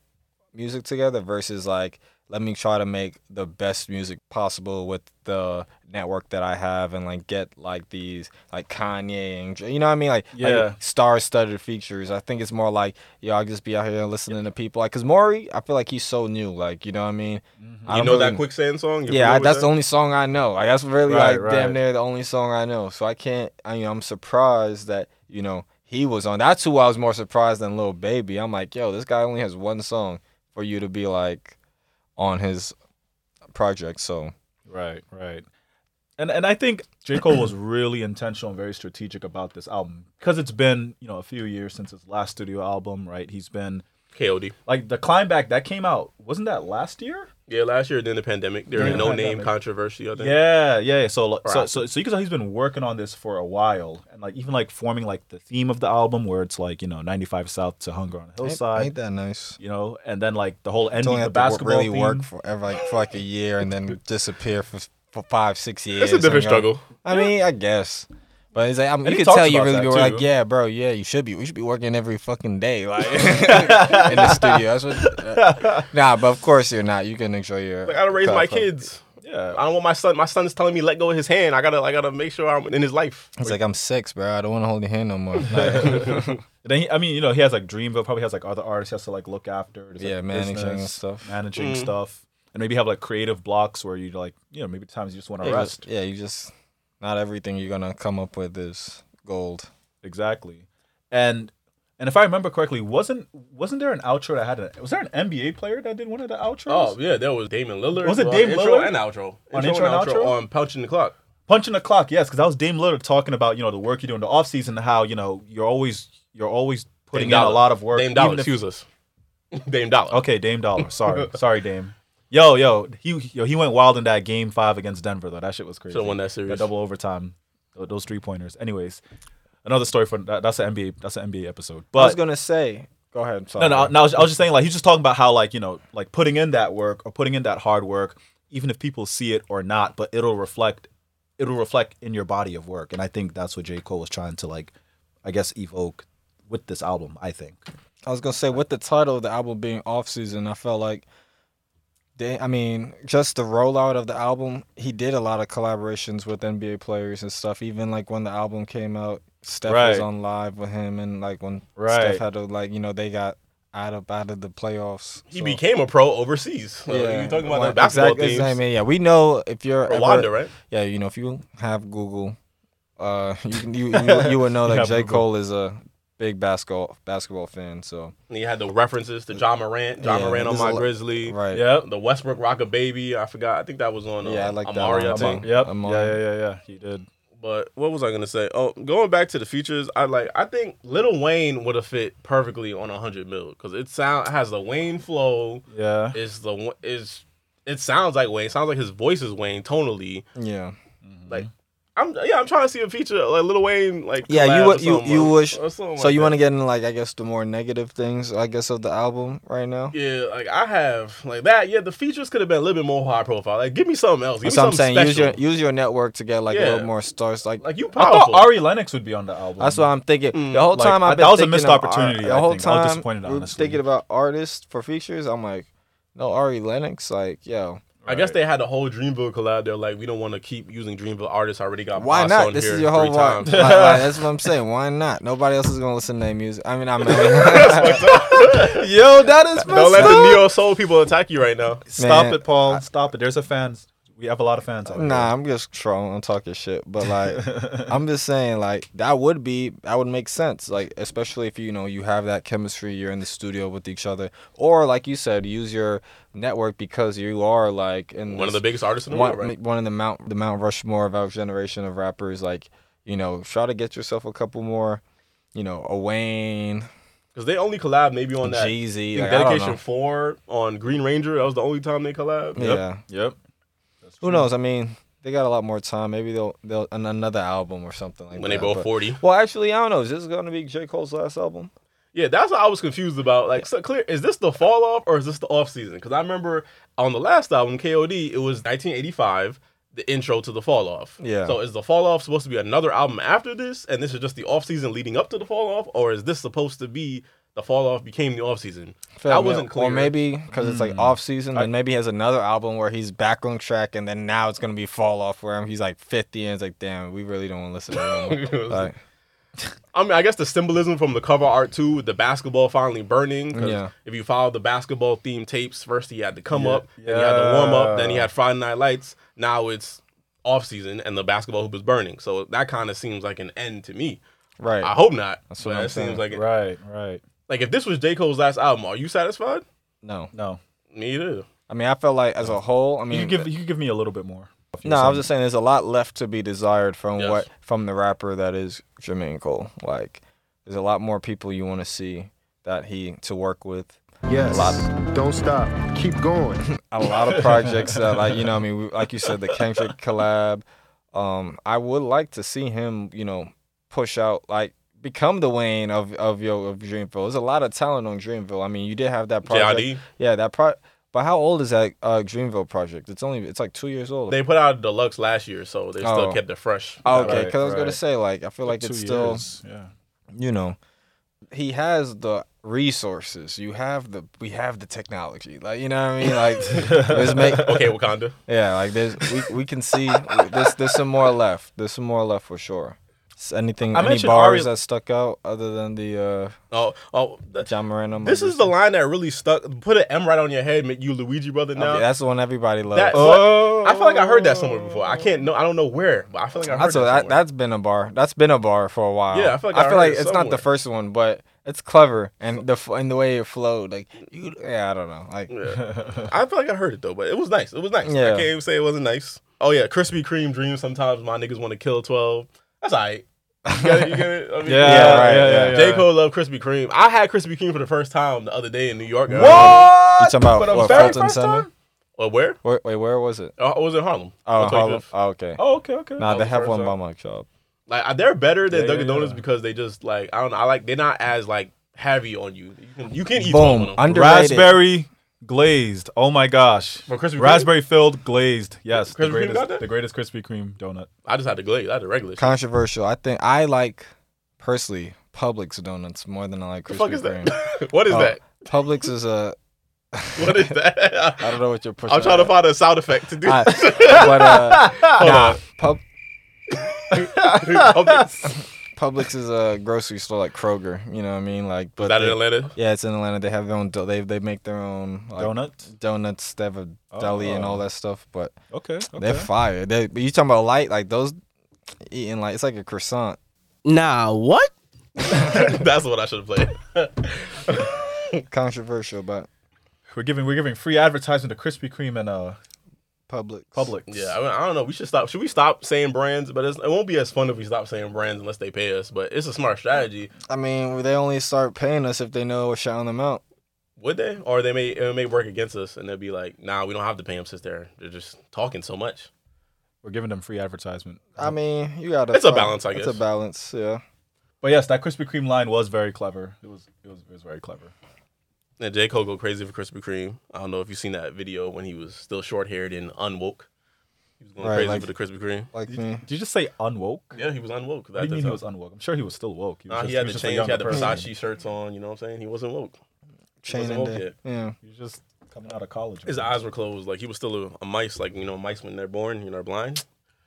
S5: music together versus like let me try to make the best music possible with the network that I have and like get like these like Kanye and Dr- you know what I mean like
S2: Yeah.
S5: like star-studded features. I think it's more like yo I just be out here listening to people like cuz Maury I feel like he's so new like you know what I mean. I
S4: Mm-hmm. You
S5: don't
S4: know that
S5: really-
S4: quicksand song?
S5: yeah,
S4: You familiar
S5: I,
S4: with
S5: that's the
S4: that?
S5: only song I know. Like, that's really
S2: Right,
S5: like
S2: right.
S5: damn near the only song I know. So I can't. I mean, I'm surprised that you know he was on. That's who I was more surprised than Lil Baby. I'm like, yo, this guy only has one song for you to be like on his project. So
S2: Right, right. And and I think J. Cole was really intentional and very strategic about this album. Because it's been, you know, a few years since his last studio album, right? He's been
S4: KOD.
S2: like the climb back that came out, wasn't that last year?
S4: Yeah, last year during the pandemic, during
S2: Yeah.
S4: the no name
S2: Pandemic.
S4: controversy. I think.
S2: Yeah, yeah. yeah. So, like, so,
S4: Right.
S2: so, so you can tell he's been working on this for a while, and like even like forming like the theme of the album, where it's like you know, ninety five South to Hunger on the Hillside,
S5: ain't that nice?
S2: you know, and then like the whole
S5: Don't
S2: ending
S5: have
S2: of
S5: to wo-
S2: basketball
S5: really
S2: theme.
S5: work forever, like for like a year and then disappear for for five six years.
S4: It's a
S5: and
S4: different
S5: go-
S4: struggle.
S5: I mean, I guess. But it's like, I mean,
S2: he
S5: you could
S2: talks
S5: tell you
S2: about
S5: really
S2: that,
S5: be like,
S2: too.
S5: yeah, bro, yeah, you should be. We should be working every fucking day, like in the studio. That's what. Nah, but of course you're not. You can enjoy your.
S4: Like, I gotta raise my
S5: comfort.
S4: kids.
S2: yeah,
S4: I don't want my son. My son's telling me let go of his hand. I gotta, I gotta make sure I'm in his life.
S5: It's like I'm six, bro. I don't want to hold your hand no more. Like,
S2: And then he, I mean, you know, he has like Dreamville, probably has like other artists he has to like look after. There's, like,
S5: Yeah, managing and
S2: business,
S5: stuff.
S2: managing
S4: Mm-hmm.
S2: stuff, and maybe have like creative blocks where you like, you know, maybe times you just want to
S5: you
S2: rest.
S5: just- yeah, you just not everything you're gonna come up with is gold.
S2: Exactly, and and if I remember correctly, wasn't wasn't there an outro that had a was there an NBA player that did one of the outros?
S4: Oh yeah, there was Damon Lillard.
S2: Was it
S4: on
S2: Dame
S4: intro
S2: Lillard?
S4: and outro?
S2: On intro and outro?
S4: on punching the clock.
S2: punching the clock yes because that was dame lillard talking about you know the work you do in the offseason and how you know you're always you're always putting in a lot of work
S4: Dame
S2: even
S4: Dollar,
S2: if-
S4: excuse us. Dame Dollar.
S2: okay dame dollar sorry sorry dame yo yo he yo he went wild in that game five against denver though that shit was crazy
S4: Should've won that series.
S2: double overtime tho- those three pointers. Anyways, another story for that, that's an NBA that's an NBA episode.
S5: I was
S2: But
S5: gonna say, go ahead. I'm
S2: no,
S5: sorry.
S2: no, no, I was, I was just saying like he's just talking about how like you know like putting in that work or putting in that hard work, even if people see it or not, but it'll reflect it'll reflect in your body of work, and I think that's what J Cole was trying to like, I guess evoke with this album. I think.
S5: I was gonna say with the title of the album being off season, I felt like they I mean, just the rollout of the album, he did a lot of collaborations with NBA players and stuff. Even like when the album came out, Steph was
S2: Right.
S5: on live with him and like when
S2: Right.
S5: Steph had to like, you know, they got out of out of the playoffs.
S4: He
S5: so-
S4: became a pro overseas. Like, you talking about
S5: Like,
S4: like, basketball
S5: exactly,
S4: teams.
S5: exactly, Yeah, we know if you're
S4: Rwanda,
S5: ever-
S4: right?
S5: Yeah, you know, if you have Google, uh, you can- you you, you would know
S2: You
S5: that
S2: have
S5: J
S2: Google.
S5: Cole is a big basketball basketball fan. So
S4: And he had the references to John Morant, John
S5: Yeah,
S4: Morant on
S5: there's a
S4: my
S5: lot-
S4: Grizzly.
S5: right.
S2: Yeah.
S4: The Westbrook Rocker Baby. I forgot. I think that was on uh,
S5: Yeah, I like that
S4: Amari,
S5: one.
S4: I think.
S5: Amari.
S2: Yep.
S5: I'm
S2: yeah,
S5: on-
S2: yeah, yeah, yeah. He did.
S4: But what was I gonna say? Oh, going back to the futures, I like. I think Little Wayne would have fit perfectly on a hundred mil because it sound has the Wayne flow.
S2: Yeah.
S4: Is the is it sounds like Wayne? Sounds like his voice is Wayne tonally.
S5: Yeah.
S4: Like, I'm yeah. I'm trying to see a feature like Little Wayne. Like
S5: Yeah,
S4: collab
S5: you
S4: or
S5: would you
S4: something,
S5: you
S4: or-
S5: wish.
S4: or something
S5: So
S4: like
S5: you
S4: that.
S5: want to get into like I guess the more negative things I guess of the album right now.
S4: Yeah, like I have like that. Yeah, the features could have been a little bit more high profile. Like, give me something else. Give
S5: That's
S4: me
S5: what I'm
S4: something
S5: saying.
S4: special.
S5: Use your use your network to get like a
S4: Yeah.
S5: little more stars. Like
S4: like you
S2: I thought
S4: powerful.
S2: Ari Lennox would be on the album.
S5: that's what I'm thinking. The whole
S2: Like,
S5: time
S2: I-
S5: I've been
S2: that was a
S5: thinking
S2: missed
S5: of Ari-
S2: opportunity,
S5: The
S2: I
S5: whole
S2: think. I was
S5: time
S2: disappointed,
S5: we were
S2: honestly.
S5: thinking about artists for features. I'm like, no Ari Lennox. Like yo,
S4: I guess they had a whole Dreamville collab. They're like, we don't want to keep using Dreamville artists. I already got
S5: why
S4: Boss
S5: not?
S4: on
S5: This
S4: here
S5: is your whole
S4: three
S5: vibe.
S4: times.
S5: Like, like, that's what I'm saying. Why not? Nobody else is gonna listen to their music. I mean, I'm. Yo, that is
S4: Don't let
S5: messed
S4: the
S5: up.
S4: neo soul people attack you right now.
S2: Stop
S5: Man.
S2: it, Paul. Stop it. There's a fans. We have a lot of fans. Out
S5: Nah, I'm just trolling. I'm talking shit, but like, I'm just saying, like, that would be that would make sense, like, especially if you know you have that chemistry, you're in the studio with each other, or like you said, use your network because you are like in
S4: One of the
S5: this-
S4: biggest artists in the
S5: one,
S4: world, right?
S5: one of the Mount the Mount Rushmore of our generation of rappers. Like, you know, try to get yourself a couple more, you know, a Wayne,
S4: Because they only collab maybe on that. I
S5: Jeezy,
S4: think
S5: like, I don't
S4: Dedication
S5: know.
S4: Four on Green Ranger. That was the only time they collab.
S5: yeah.
S2: There. Yep.
S5: Who knows? I mean, they got a lot more time. Maybe they'll they'll an- another album or something like
S4: When
S5: that.
S4: they both
S5: but-
S4: forty.
S5: Well, actually, I don't know. Is this going to be J. Cole's last album?
S4: Yeah, that's what I was confused about. Like, so clear is this the fall off or is this the off season? Because I remember on the last album, KOD, it was 1985, the intro to the fall off.
S5: Yeah.
S4: So is the fall off supposed to be another album after this, and this is just the off season leading up to the fall off, or is this supposed to be the fall off became the off season? That wasn't clear. Hmm.
S5: Or maybe because it's like off season, then maybe he has another album where he's back on track, and then now it's going to be fall off where he's like 50 and it's like, damn, we really don't want to listen to him. like,
S4: I mean, I guess the symbolism from the cover art too, with the basketball finally burning. 'cause
S5: Yeah.
S4: If you follow the basketball themed tapes, first he had to come up, then he had the warm up, then he had Friday Night Lights. Now it's off season and the basketball hoop is burning. So that kind of seems like an end to me.
S5: right.
S4: I hope not.
S5: what
S4: but
S5: I'm
S4: that seems
S5: saying.
S4: like it.
S2: Right. Right.
S4: like if this was J Cole's last album, are you satisfied?
S5: no.
S2: No.
S4: Me either.
S5: I mean, I felt like as a whole, I
S2: You
S5: mean,
S2: could give. You could give me a little bit more.
S5: no, I was just saying there's a lot left to be desired from
S4: Yes.
S5: what from the rapper that is Jermaine Cole. Like, there's a lot more people you want to see that he to work with.
S7: Yes.
S5: A lot
S7: Don't stop. Keep going.
S5: a lot of projects that like you know I mean we, like you said the Kendrick collab um I would like to see him you know push out like become the Wayne of of your of Dreamville there's a lot of talent on Dreamville I mean you did have that project
S4: JID.
S5: yeah that pro but how old is that uh Dreamville project it's only it's like 2 years old
S4: They put out a deluxe last year, so they still
S5: Oh.
S4: kept it fresh.
S5: Oh, okay
S2: Right,
S5: cuz I was going to
S2: right.
S5: say like I feel like it's still
S2: Yeah.
S5: you know he has the resources you have the we have the technology like you know what I mean like let's make
S4: okay, Wakanda.
S5: Yeah, like there's we, we can see there's there's some more left. There's some more left for sure. S- Anything
S2: I
S5: any
S2: mentioned
S5: bars
S2: Ari-
S5: that stuck out other than the uh
S4: Oh, oh. th-
S5: John Moreno?
S4: This is the line that really stuck. Put an M right on your head, make you Luigi brother now.
S5: Okay, that's the one everybody loves.
S4: That,
S5: oh,
S4: I feel like I heard that somewhere before. I can't know. I don't know where, but I feel like I heard
S5: that's a,
S4: that.
S5: that,
S4: somewhere.
S5: that's been a bar. That's been a bar for a while.
S4: Yeah, I feel like I
S5: I feel
S4: heard
S5: like
S4: it
S5: it's not the
S4: somewhere.
S5: first one, but it's clever and the f- and the way it flowed. Like you, yeah, I don't know. Like
S4: I feel like I heard it though, but it was nice. It was nice. I
S5: Yeah.
S4: can't even say it wasn't nice. Oh yeah, Krispy Kreme dreams. Sometimes my niggas want to kill twelve. That's alright. You get it? You get it? I mean,
S2: Yeah.
S5: Yeah,
S2: Yeah.
S5: right,
S2: yeah,
S5: yeah.
S2: yeah,
S4: J Cole loved Krispy Kreme. I had Krispy Kreme for the first time the other day in New York.
S5: you talking about
S2: But the
S5: what,
S2: very
S5: Fulton
S2: first
S5: Center?
S2: time?
S4: Or where?
S5: Wait, wait, where was it?
S4: Oh, it was in Harlem.
S5: Oh,
S4: On 25th.
S5: Harlem. Oh, okay.
S2: Oh, okay. Okay.
S5: Nah,
S4: was
S5: they
S4: the
S5: have
S4: first
S5: one by
S4: time.
S5: my job.
S4: Like I- they're better than
S2: Yeah,
S4: Dunkin'
S2: yeah,
S4: Donuts
S2: yeah.
S4: because they just like I don't know. I like they're not as like heavy on you. You can, you can eat one
S5: Boom.
S4: of them.
S5: Underrated.
S2: Raspberry glazed. Oh my gosh.
S4: From Krispy Kreme?
S2: Raspberry filled glazed. Yes,
S4: Krispy
S2: the
S4: Kreme got
S2: greatest,
S4: that?
S2: the greatest Krispy Kreme donut.
S4: I just had the glaze. I had the regular. shit.
S5: Controversial. I think I like personally Publix donuts more than I like
S4: The fuck
S5: Krispy
S4: is
S5: Kreme.
S4: that? what is
S5: Oh,
S4: that?
S5: Publix is a.
S4: What is that?
S5: I don't know what you're pushing.
S4: I'm trying to
S5: at.
S4: find a sound effect to do.
S5: I- but uh,
S4: Hold
S5: nah, Pub,
S4: on. Is
S5: Publix is a grocery store like Kroger. You know what I mean? Like, but
S4: that in
S5: they-
S4: Atlanta?
S5: yeah, it's in Atlanta. They have their own. do- They they make their own like,
S2: Donuts?
S5: Donuts. They have a deli and all
S2: Oh.
S5: that stuff. But
S2: Okay. okay.
S5: they're fire. They, but you talking about light? Like those eating like it's like a croissant.
S6: Nah, what?
S4: That's what I should have played.
S5: Controversial, but
S2: We're giving we're giving free advertisement to Krispy Kreme and uh
S5: Publix.
S2: Publix.
S4: Yeah, I, mean, I don't know. We should stop. Should we stop saying brands? But it's, it won't be as fun if we stop saying brands unless they pay us. But it's a smart strategy.
S5: I mean, they only start paying us if they know we're shouting them out.
S4: Would they? Or they may it may work against us, and they'll be like, "Nah, we don't have to pay them since they're they're just talking so much."
S2: We're giving them free advertisement.
S5: I mean, you gotta.
S4: It's a
S5: find-
S4: balance, I
S5: It's a
S4: guess.
S5: balance, yeah.
S2: But yes, that Krispy Kreme line was very clever. It was it was, it was very clever.
S4: And J Cole go crazy for Krispy Kreme. I don't know if you've seen that video when he was still short haired and unwoke. He was going
S5: Right,
S4: crazy
S5: like-
S4: for the Krispy Kreme.
S5: Like
S2: Did,
S5: me.
S2: did you just say unwoke?
S4: Yeah, he was unwoke.
S2: What do
S4: That-
S2: you mean
S4: that's
S2: he
S4: how-
S2: was unwoke? I'm sure he was still woke.
S4: Nah,
S2: was
S4: he
S2: just-
S4: had the
S2: was just a
S4: change.
S2: younger
S4: He had the
S2: person.
S4: Versace shirts on. You know what I'm saying? He wasn't woke.
S5: Chain
S4: wasn't
S5: and
S4: woke
S5: day.
S4: yet.
S5: Yeah.
S2: He was just coming out of college.
S4: His
S2: man.
S4: eyes were closed. Like he was still a, a mice. Like you know, mice when they're born, you know, are blind.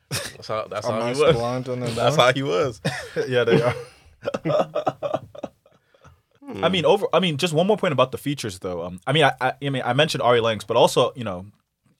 S4: That's how. That's
S5: A
S4: how
S5: nice
S4: he was.
S5: blonde on the
S4: That's how he was.
S2: yeah, they are.
S4: Hmm.
S2: I mean, over. I mean, just one more point about the features, though. Um, I mean, I, I, I mean, I mentioned Ari Lennox, but also, you know,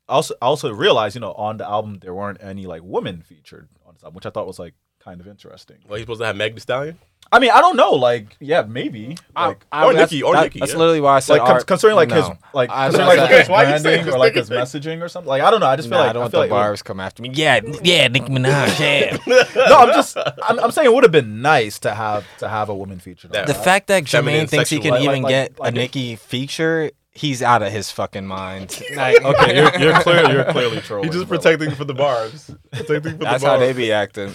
S2: also, I also realized, you know, on the album there weren't any like women featured on this album, which I thought was like kind of interesting.
S4: Well, he's supposed to have Meg Thee Stallion.
S2: I mean, I don't know, like, yeah, maybe, like,
S4: or Nicki, or
S5: that's,
S4: Nicki,
S5: That's
S4: yeah.
S5: literally why I said
S2: like con-
S5: art-
S2: concerning like his,
S5: no.
S2: like,
S5: I-
S2: concerning,
S5: I
S2: like
S5: said-
S2: his
S4: Why you saying
S2: branding
S4: this
S2: or like
S4: nigga
S2: his
S4: thing?
S2: messaging or something. Like, I don't know. I just feel
S5: Nah,
S2: like
S5: I don't want
S2: feel
S5: the
S2: like it would-
S5: bars come after me. Yeah, yeah, Nicki Minaj. Yeah.
S2: No, I'm just, I'm, I'm saying it would have been nice to have to have a woman featured. on
S4: That-
S5: the
S2: that.
S5: fact that
S4: Feminine
S5: Jermaine thinks he can
S4: sexual-
S5: even
S2: like-
S5: get
S2: like-
S5: a Nicki feature, he's out of his fucking mind. Like, okay,
S2: you're, you're clear, you're clearly trolling.
S4: He's just
S2: bro.
S4: protecting for the barbs. protecting for
S5: that's
S4: the
S5: how
S4: barbs.
S5: they be acting.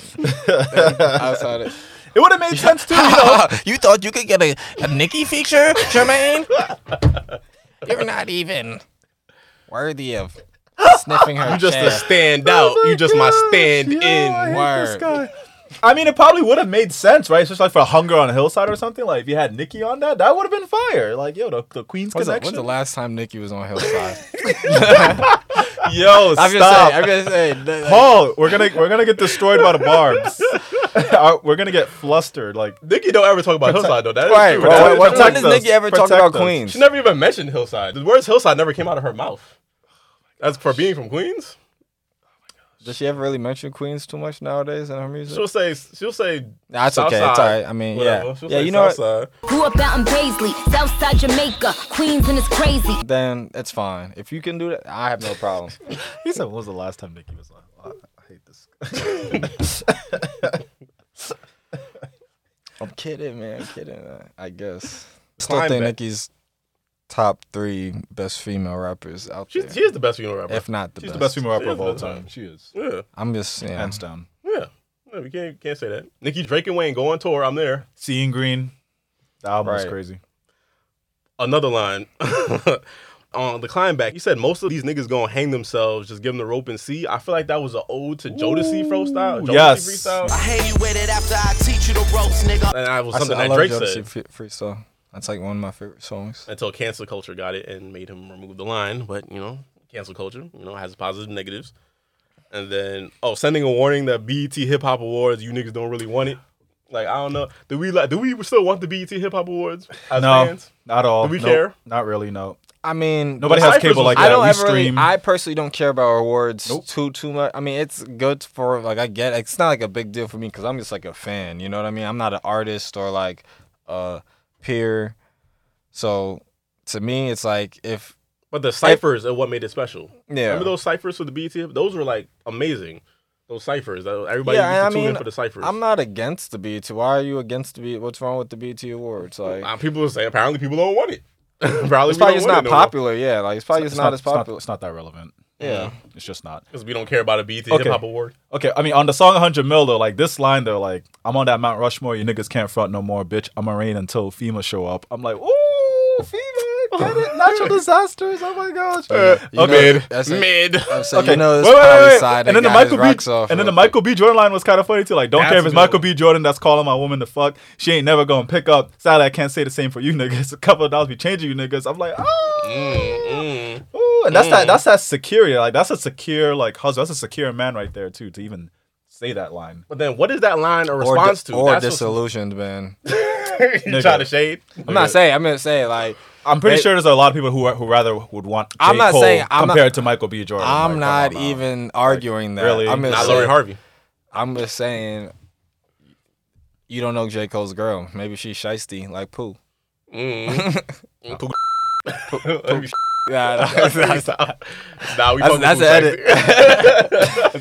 S5: that's how they.
S2: It would have made sense too. You know?
S5: you thought you could get a, a Nicki feature, Jermaine? You're not even worthy of sniffing her.
S4: just a
S5: chair.
S4: stand out.
S2: Oh
S4: you just my stand in.
S5: Word.
S2: I mean, it probably would have made sense, right? It's just like for Hunger on a Hillside or something. Like if you had Nikki on that, that would have been fire. Like yo, the, the Queen's
S5: When's the, when's
S2: connection.
S5: the last time Nicki was on Hillside?
S2: yo,
S5: I'm just
S2: stop,
S5: saying. I'm just saying. that- like,
S2: Paul. We're gonna we're gonna get destroyed by the barbs. Uh, we're gonna get flustered. Like
S4: Nicki don't ever talk about Hillside though. That is
S5: Right,
S4: true.
S5: right,
S4: That
S5: right,
S4: is
S5: when-
S4: true.
S5: when does
S2: us,
S5: Nicki ever talk
S2: protect
S5: about
S2: us.
S5: Queens?
S4: She never even mentioned Hillside. The words Hillside never came out of her mouth. That's for being from Queens.
S5: Does she ever really mention Queens too much nowadays in her music?
S4: She'll say she'll say
S5: Nah, it's okay. It's all right. I mean, yeah. Yeah, you know what?
S4: what?
S8: Grew up out in Paisley, Southside Jamaica, Queens, and it's crazy.
S5: Then it's fine. If you can do that, I have no problem.
S2: he said, when was the last time Nikki was on? I, I hate this.
S5: I'm kidding, man. I'm kidding. uh, I guess. Still
S4: Climb
S5: think
S4: back.
S5: Nicki's top three best female rappers out there,
S4: She's, she is the best female rapper.
S5: if not the
S2: She's
S5: best.
S2: the best female rapper
S4: She is
S2: of all
S4: the best.
S2: time. She is
S4: yeah,
S5: I'm just yeah.
S2: hands down.
S4: yeah. No, we can't can't say that. Nicki Drake and Wayne go on tour. I'm there.
S2: Seeing Green, the album was
S5: Right.
S2: crazy.
S4: Another line. On the climb back, he said most of these niggas gonna hang themselves, just give them the rope and see. I feel like that was an ode to Jodeci freestyle. Jodeci
S2: yes.
S4: freestyle.
S6: I hate you with it after I teach you the ropes, nigga.
S4: And that was
S5: I,
S4: something
S5: I
S4: that
S5: love
S4: Drake
S5: Jodeci
S4: said.
S5: Fre- freestyle. That's like one of my favorite songs.
S4: until cancel culture got it and made him remove the line. But you know, cancel culture, you know, has positives and negatives. And then oh, sending a warning that BET Hip Hop Awards, you niggas don't really want it. Like I don't know, do we like do we still want the BET Hip Hop Awards as
S2: no,
S4: fans?
S2: not at all.
S4: Do we
S2: Nope.
S4: care?
S2: Not really. No.
S5: I mean,
S2: Nobody
S5: but I-
S2: has cable like
S5: I
S2: that.
S5: don't
S2: we
S5: ever really-
S2: stream.
S5: I personally don't care about awards
S2: Nope.
S5: too too much. I mean, it's good for like I get. It's not like a big deal for me because I'm just like a fan. You know what I mean? I'm not an artist or like a peer. So to me, it's like if
S4: But the ciphers are what made it special.
S5: Yeah.
S4: remember those ciphers for the BET? Hip- Those were like amazing. Those ciphers, that- everybody
S5: Yeah,
S4: used to
S5: I
S4: tune in
S5: mean,
S4: for the ciphers.
S5: I'm not against the BET. Why are you against the BET? What's wrong with the BET awards? Like
S4: Uh, people say apparently people don't want it. probably
S5: it's
S4: we don't
S5: probably just
S4: want
S5: not
S4: it no more.
S5: popular. Yeah, like it's probably just not, as popular.
S2: It's not, that relevant.
S5: Yeah.
S2: It's just not.
S4: because we don't care about a BET
S2: Okay.
S4: Hip Hop Award.
S2: Okay, I mean on the song 100 mil though, like this line though, like I'm on that Mount Rushmore, you niggas can't front no more, bitch. I'ma rain until FEMA show up. I'm like, ooh, FEMA, get it? Natural disasters. Oh my gosh.
S5: You know- that's a- I'm saying, you know, this
S2: Wait, wait, wait,
S5: probably
S2: wait.
S5: side
S2: and then the
S5: got his
S2: Michael
S5: rocks
S2: B.
S5: off.
S2: and
S5: real
S2: then the Michael B. Jordan line was kind of funny too. Like, don't
S4: That's
S2: care if it's
S4: a good
S2: Michael
S4: one.
S2: B. Jordan that's calling my woman to fuck. She ain't never gonna pick up. Sadly, I can't say the same for you niggas. A couple of dollars be changing you niggas. I'm
S5: Mm.
S2: like, oh,
S4: Mm.
S2: Ooh, and that's that. That's that security. Like, that's a secure like husband. That's a secure man right there too. To even say that line,
S4: But then, what is that line a
S5: quick.
S4: response
S5: or,
S4: to?
S5: di- or
S4: That's what's-
S5: disillusioned, man.
S4: you try to shade.
S5: I'm not saying. I'm gonna say like
S2: I'm pretty
S5: Hey.
S2: sure there's a lot of people who are- who rather would want. J.
S5: I'm not
S2: Cole
S5: saying- I'm not-
S2: compared to Michael B. Jordan.
S5: I'm
S2: Like,
S5: not
S2: come on now.
S5: even arguing that.
S2: really?
S5: I'm just
S4: Not
S5: saying-
S4: Lori Harvey.
S5: I'm just saying. You don't know J Cole's girl. Maybe she's shisty like poo.
S2: Mm-hmm.
S5: Yeah, that's, that's,
S4: Nah,
S5: that's,
S4: we fucking
S5: that's
S4: with
S5: an edit.
S4: Jackson.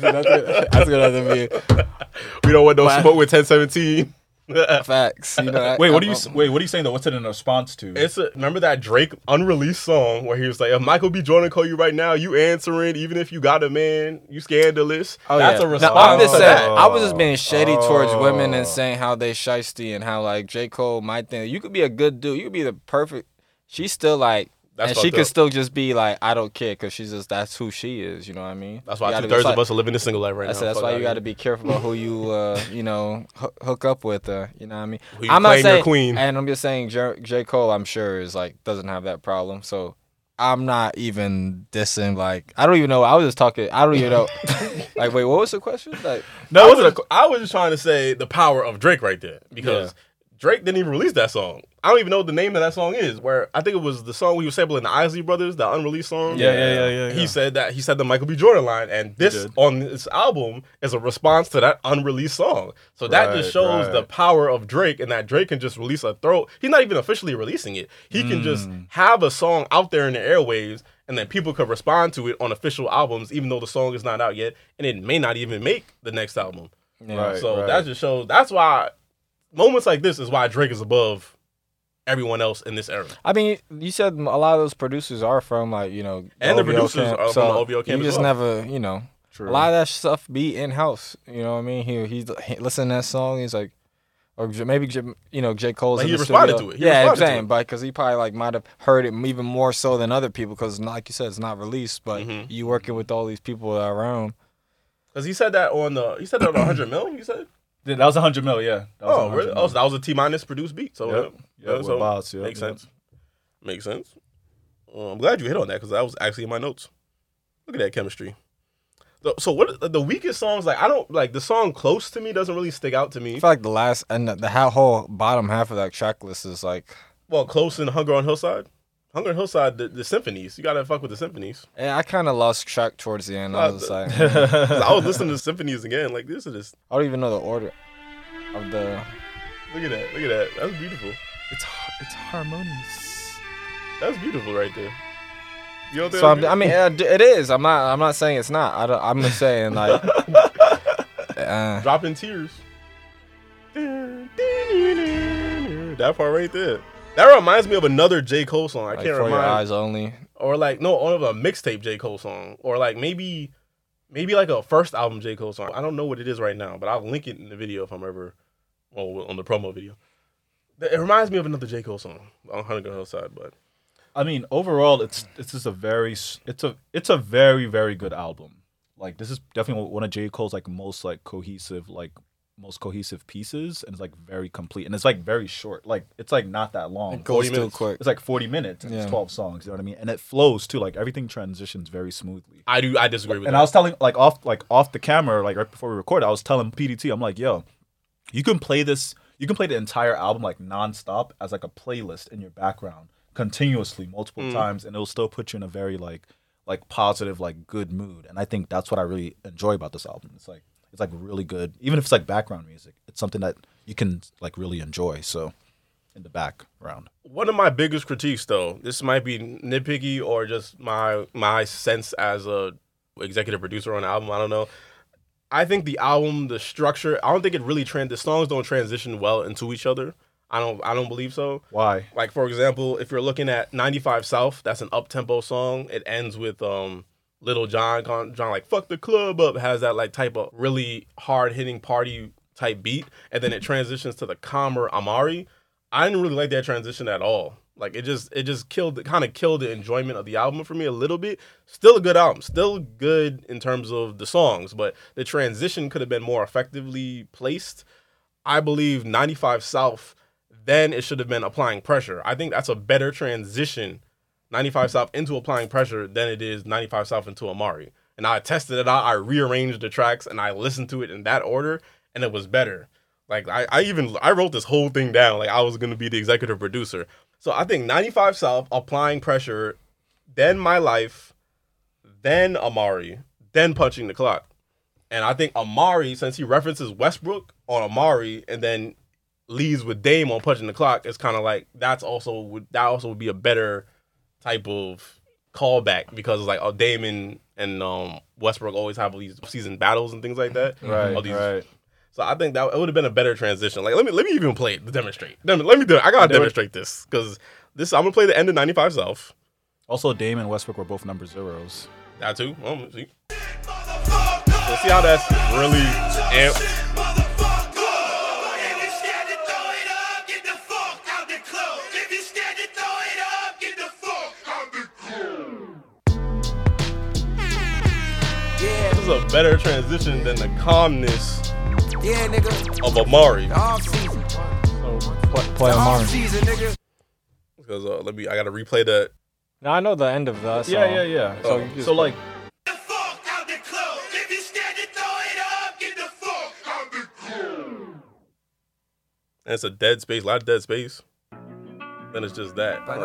S5: that's, gonna, that's gonna be
S4: We don't want no
S5: Wow.
S4: smoke with 1017.
S5: facts. You know, that-
S2: Wait, what are
S5: I'm-
S2: you? s- Wait, what are you saying though? What's it in response to?
S4: It's a, remember that Drake unreleased song where he was like, "If Michael B. Jordan call you right now, you answering, even if you got a man, you scandalous."
S5: Oh,
S4: That's
S5: yeah.
S4: a
S5: No,
S4: response.
S5: I'm just
S4: to
S5: saying,
S4: that. Oh.
S5: I was just being shady towards women and saying how they shisty and how like J Cole might think you could be a good dude, you could be the perfect. She's still like,
S4: That's
S5: and she
S4: fucked
S5: could
S4: up.
S5: still just be like, I don't care because she's just that's who she is. You know what I mean?
S4: That's
S5: You
S4: why
S5: gotta
S4: two
S5: be-
S4: thirds
S5: that's
S4: of
S5: why-
S4: us are living in single life right
S5: That's,
S4: now.
S5: that's
S4: Fuck
S5: why
S4: outta
S5: you got to be careful about who you, uh, you know, hoo- hook up with. Uh, you know what I mean?
S4: Who you claim your queen.
S5: and I'm just saying, J-, J Cole, I'm sure is like doesn't have that problem. So I'm not even dissing. Like I don't even know. I was just talking. I don't even know. like wait, what was the question? Like
S4: No, I was, just, I was just trying to say the power of Drake right there because Drake didn't even release that song. I don't even know what the name of that song is. Where I think it was the song we were sampling the Isley Brothers, the unreleased song.
S2: Yeah, yeah, yeah, yeah, yeah.
S4: He said that he said the Michael B. Jordan line, and this
S2: did.
S4: on this album is a response to that unreleased song. So that just
S2: Right,
S4: shows the
S2: right.
S4: power of Drake, and that Drake can just release a throw. He's not even officially releasing it. He can just
S2: Hmm.
S4: have a song out there in the airwaves. And then people could respond to it on official albums, even though the song is not out yet, and it may not even make the next album.
S2: Right,
S4: so
S2: right.
S4: that just shows that's why moments like this is why Drake is above everyone else in this era.
S5: I mean, you said a lot of those producers are from like you know,
S4: And the
S5: OVO
S4: producers
S5: camp,
S4: are from
S5: so
S4: the OVO camp
S5: You
S4: as
S5: just
S4: well.
S5: never, you know, a lot of that stuff be in house. You know what I mean? He he, he listen to that song, he's like, or J- maybe J, you know J Cole's.
S4: Like,
S5: in
S4: he
S5: the
S4: responded
S5: studio.
S4: to it. He
S5: yeah, I'm
S4: responded to
S5: saying,
S4: it.
S5: but because he probably like might have heard it even more so than other people, because like you said, it's not released, but
S4: Mm-hmm.
S5: you working with all these people that are around.
S4: Because he said that on the he said that on 100 mil. You said
S2: that was 100 mil. Yeah. That was
S4: oh
S2: 100
S4: really?
S2: mil.
S4: Oh, so that was a T minus produced beat. So uh,
S2: Yep.
S4: yeah,
S2: Yep,
S4: so
S2: whereabouts, yep,
S4: makes
S2: yep.
S4: sense. Makes sense. Well, I'm glad you hit on that because that was actually in my notes. Look at that chemistry. So- So what uh, the weakest songs like I don't like the song close to me doesn't really stick out to
S5: I
S4: me.
S5: feel like the last and the, the whole bottom half of that track list is like
S4: Well, close and Hunger on Hillside, Hunger on Hillside, the, the symphonies. You gotta fuck with the symphonies.
S5: Yeah, I kind of lost track towards the end. I
S4: Uh,
S5: was
S4: the-
S5: like,
S4: 'Cause I was listening to symphonies again. Like this is this.
S5: I don't even know the order of the.
S4: Look at that. Look at that. That's beautiful.
S2: It's har- it's harmonious.
S4: That's beautiful right there. You don't think
S5: So
S4: that's
S5: I'm, I mean, uh, d- it is. I'm not. I'm not saying it's not. I don't, I'm just saying like. uh,
S4: dropping tears? That part right there. That reminds me of another J Cole song. I
S5: like
S4: can't
S5: for your
S4: remember.
S5: eyes only.
S4: Or like no, or of a mixtape J Cole song, or like maybe, maybe like a first album J Cole song. I don't know what it is right now, but I'll link it in the video if I'm ever, well, on the promo video. It reminds me of another J Cole song on Hundred Gun Hillside, but
S2: I mean, overall, it's it's just a very s- it's a it's a very very good album. Like this is definitely one of J Cole's like most like cohesive like most cohesive pieces, and it's like very complete, and it's like very short. Like it's like not that long.
S5: It goes
S4: 40
S5: too
S4: minutes.
S5: quick.
S2: It's like forty minutes. And
S5: Yeah.
S2: It's twelve songs. You know what I mean? And it flows too. Like everything transitions very smoothly.
S4: I do I disagree with
S2: And
S4: that.
S2: I was telling like off like off the camera like right before we recorded, I was telling PDT, I'm like, yo, you can play this, you can play the entire album like nonstop as like a playlist in your background continuously multiple times, and it'll still put you in a very like like positive like good mood. And I think that's what I really enjoy about this album. It's like it's like really good, even if it's like background music. It's something that you can like really enjoy. So in the background,
S4: One of my biggest critiques, though, this might be nitpicky or just my my sense as a executive producer on the album. I don't know. I think the album, the structure, I don't think it really trans. The songs don't transition well into each other. I don't. I don't believe so.
S2: why?
S4: Like for example, if you're looking at 95 South, that's an up tempo song. It ends with um Little John, con- John like fuck the club up has that like type of really hard hitting party type beat, and then it transitions to the calmer Amari. I didn't really like that transition at all. Like it just it just killed kind of killed the enjoyment of the album for me a little bit. Still a good album, still good in terms of the songs, but the transition could have been more effectively placed. I believe 95 South, then it should have been applying pressure. I think that's a better transition, 95 South into applying pressure than it is 95 South into Amari. And I tested it out, I rearranged the tracks and I listened to it in that order, and it was better. Like I, I even I wrote this whole thing down. Like I was gonna be the executive producer. So I think 95 South applying pressure, then my life, then Amari, then punching the clock. And I think Amari, since he references Westbrook on Amari and then leaves with Dame on punching the clock, it's kind of like that's also would that also would be a better type of callback because it's like oh Dame and, and um Westbrook always have these season battles and things like that.
S2: Right,
S4: All these-
S2: right.
S4: So I think that it would have been a better transition. Like let me let me even play it to demonstrate. Let me, let me do it. I gotta demonstrate this because this I'm gonna play the end of 95 South.
S2: Also, Dame and Westbrook were both number zeros.
S4: That too. Um, see. So see how that's really amped. This is a better transition than the calmness
S6: Yeah, nigga.
S4: of Amari.
S6: Off season.
S3: Play Amari.
S6: Off season, nigga.
S4: Because uh, let me, I gotta replay that.
S5: Now I know the end of the song.
S4: Uh,
S2: Yeah, yeah,
S5: So
S2: yeah. So,
S5: you just-
S2: so like,
S4: And it's a dead space, a lot of dead space. Then it's just that. Like,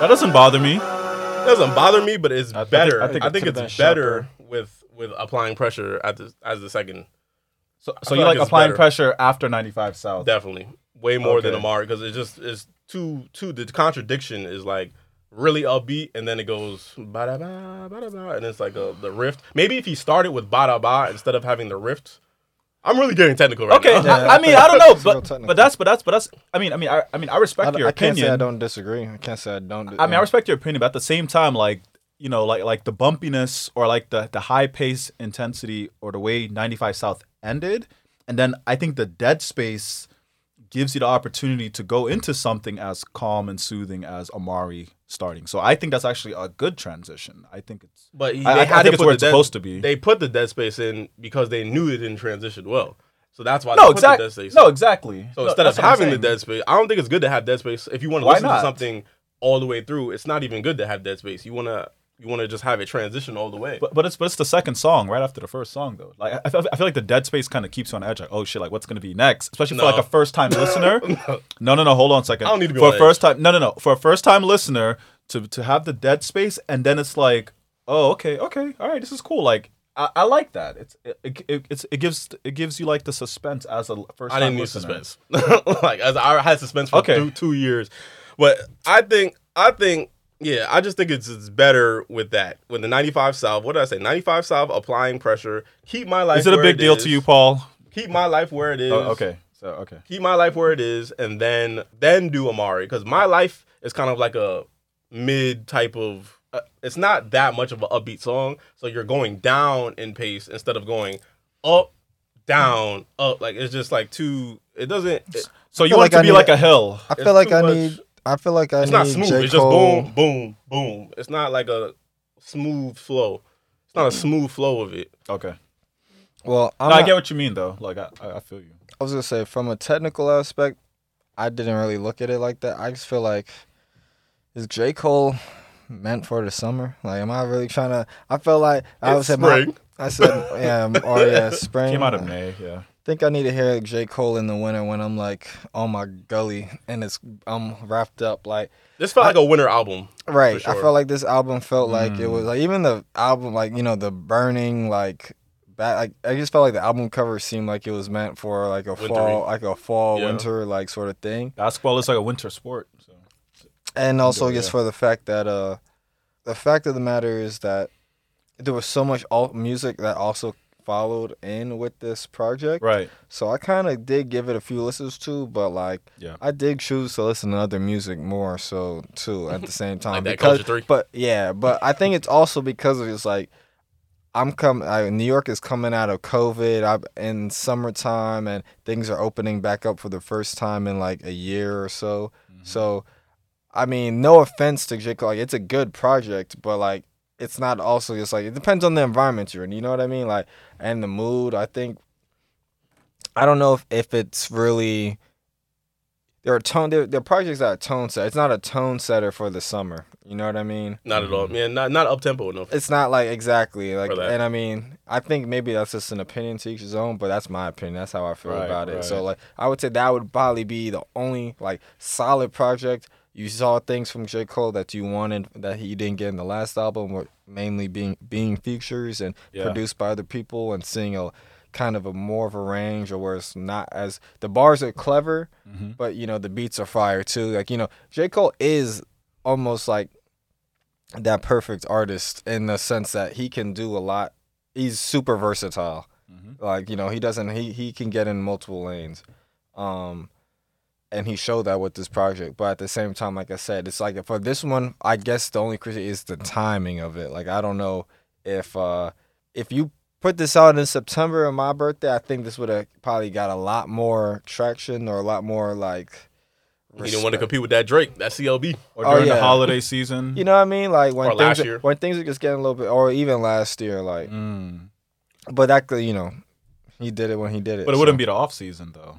S2: that doesn't bother me.
S4: it doesn't bother me, but it's
S2: I think-
S4: better.
S2: I
S4: I
S2: think
S4: think,
S2: it could've
S4: it's
S2: been
S4: better with with applying pressure at the as the second.
S2: So, so
S4: feel
S2: you
S4: like
S2: like
S4: it's
S2: applying
S4: better.
S2: pressure after 95 South.
S4: Definitely, way more than
S2: Okay.
S4: Amari because it's just it's too too. The contradiction is like really upbeat, and then it goes ba da ba ba da ba, and it's like a, the rift. Maybe if he started with ba da ba instead of having the rift. I'm really getting technical right
S2: Okay,
S4: now.
S2: I, I mean I don't know,
S5: real
S2: but
S5: technical.
S2: but that's but that's but that's I mean I mean I, I mean I
S5: I,
S2: respect
S5: d-
S2: your
S5: I can't
S2: opinion.
S5: say I don't disagree. I can't say I don't. uh,
S2: I mean, I respect your opinion, but at the same time, like you know, like like the bumpiness or like the the high pace intensity or the way 95 South ended, and then I think the dead space gives you the opportunity to go into something as calm and soothing as Amari starting. So I think that's actually a good transition. I think it's
S4: But he-
S2: I- I- I think
S4: put
S2: it's where
S4: the
S2: it's
S4: dead-
S2: supposed to be.
S4: They put the dead space in because they knew it didn't transition well. So that's why
S2: no
S4: they put the
S2: exactly
S4: dead space.
S2: no
S4: in.
S2: exactly.
S4: So
S2: No,
S4: instead of
S2: that's what I'm
S4: having the
S2: saying.
S4: dead space, I don't think it's good to have dead space. If you want to
S2: Why
S4: listen
S2: not?
S4: to something all the way through, it's not even good to have dead space. You wanna you wanna just have it transition all the way.
S2: But, but it's but it's the second song right after the first song though. Like I, I feel, I feel like the dead space kind of keeps you on edge. Like oh shit, like what's gonna be next? Especially for
S4: No.
S2: like a first time listener. no no no, hold on a second.
S4: I don't need to be
S2: for
S4: on
S2: a
S4: edge.
S2: first time. No no no, for a first time listener to to have the dead space and then it's like oh okay okay all right this is cool like. I, I like that. It's it, it, it's it gives it gives you like the suspense as a first.
S4: I didn't need suspense. like as I had suspense for
S2: Okay.
S4: two, two years, but I think I think yeah, I just think it's it's better with that with the ninety five salve. What did I say? Ninety five salve applying pressure. Keep my life.
S2: Is it a
S4: where
S2: big deal to
S4: is.
S2: you, Paul?
S4: Keep my life where it is.
S2: Oh, okay, so okay.
S4: keep my life where it is and then then do amari because my life is kind of like a mid type of uh, it's not that much of an upbeat song so you're going down in pace instead of going up down up like it's just like too it doesn't it-
S2: So you
S9: feel like
S2: want it to
S9: I
S2: be
S9: need-
S2: like a hill.
S9: I
S4: It's
S9: feel like
S4: too
S9: I
S4: much-
S9: need. I feel like I
S4: it's
S9: need.
S4: not smooth
S9: J.
S4: it's just
S9: Cole.
S4: boom boom boom it's not like a smooth flow it's not a smooth flow of it
S2: Okay,
S5: well, I'm
S2: No, I
S5: not-
S2: get what you mean though. Like I, I I feel you.
S5: I was gonna say from a technical aspect, I didn't really look at it like that. I just feel like is J Cole meant for the summer? Like, am I really trying to? I felt like I was
S4: It's
S5: at my.
S4: spring.
S5: I said, yeah, or yeah, spring.
S2: Came out of May, yeah.
S5: I think I need to hear J Cole in the winter when I'm like on my gully and it's I'm wrapped up. Like,
S4: this felt like a winter album
S5: Right. I
S4: sure. Mm.
S5: felt like this album felt like it was like even the album like you know the burning like back like I just felt like the album cover seemed like it was meant for like a fall like a fall
S4: Yeah.
S5: winter like sort of thing.
S2: Basketball is like a winter sport. So.
S5: And also just for the fact that uh the fact of the matter is that there was so much alt music that also followed in with this project.
S2: Right.
S5: So I kind of did give it a few listens to, but like
S2: Yeah.
S5: I did choose to listen to other music more so too at the same time.
S4: that
S5: because,
S4: Culture Three.
S5: But yeah, but I think it's also because of it's like I'm coming. New York is coming out of COVID. I'm in summertime, and things are opening back up for the first time in like a year or so.
S4: Mm-hmm.
S5: So, I mean, no offense to J Cole, like it's a good project, but like it's not also just like it depends on the environment you're in. You know what I mean? Like and the mood. I think I don't know if, if it's really there are tone there, there are projects that are tone set. It's not a tone setter for the summer. You know what I mean?
S4: Not at all.
S5: Mm.
S4: Yeah, not not up tempo enough.
S5: It's not like exactly like,
S4: For that.
S5: and I mean, I think maybe that's just an opinion to each his own, but that's my opinion. That's how I feel
S2: Right,
S5: about it. So
S2: right.
S5: like, I would say that would probably be the only like solid project you saw things from J Cole that you wanted that he didn't get in the last album, were mainly being being features and
S2: Yeah.
S5: produced by other people and seeing a kind of a more of a range or where it's not as the bars are clever,
S2: Mm-hmm.
S5: but you know the beats are fire too. Like you know, J Cole is almost like that perfect artist in the sense that he can do a lot. He's super versatile. Like you know, he doesn't he he can get in multiple lanes. Um and he showed that with this project. But at the same time, like I said, it's like for this one, I guess the only critique is the timing of it. Like I don't know if uh if you put this out in September on my birthday, I think this would have probably got a lot more traction or a lot more like
S4: You didn't want to compete with that Drake. That's CLB.
S2: Or
S5: Oh,
S2: during
S5: yeah.
S2: the holiday season.
S5: you know what I mean? Like when
S4: Or
S5: things
S4: last
S5: are,
S4: year.
S5: when things are just getting a little bit, or even last year, like.
S2: Mm.
S5: But that could, you know, he did it when he did it.
S2: But it
S5: so
S2: wouldn't be the off season though.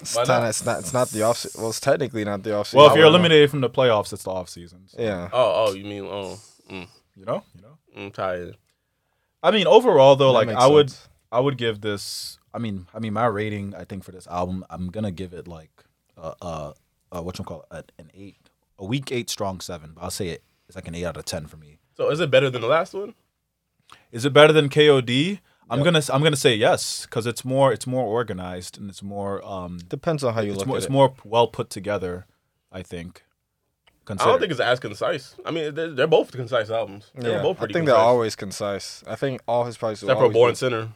S5: It's
S4: Why
S5: not,
S4: not?
S5: it's not. It's not the off. Well, it's technically not the off.
S2: Well, if you're eliminated from the playoffs, it's the off season. So,
S5: yeah.
S4: Oh, oh, you mean oh, mm,
S2: You know, you know.
S4: I'm tired.
S2: I mean, overall though,
S5: That
S2: like
S5: makes
S2: I would,
S5: sense.
S2: I would give this. I mean, I mean, my rating, I think for this album, I'm gonna give it like, uh, uh, uh what you call it, an eight, a weak eight, strong seven. But I'll say it, it's like an eight out of ten for me.
S4: So is it better than the last one?
S2: Is it better than KOD? I'm gonna, I'm gonna say yes, because it's more, it's more organized and it's more, um,
S5: Depends on how you
S2: it's
S5: look
S2: more,
S5: at
S2: it's
S5: it.
S2: more well put together. I think.
S4: I don't think it's as concise. I mean, they're, they're both concise albums. They were
S5: yeah.
S4: both
S5: I
S4: pretty
S5: think
S4: concise.
S5: they're always concise. I think all his projects. will
S4: Except for
S5: always
S4: Born
S5: be-
S4: Center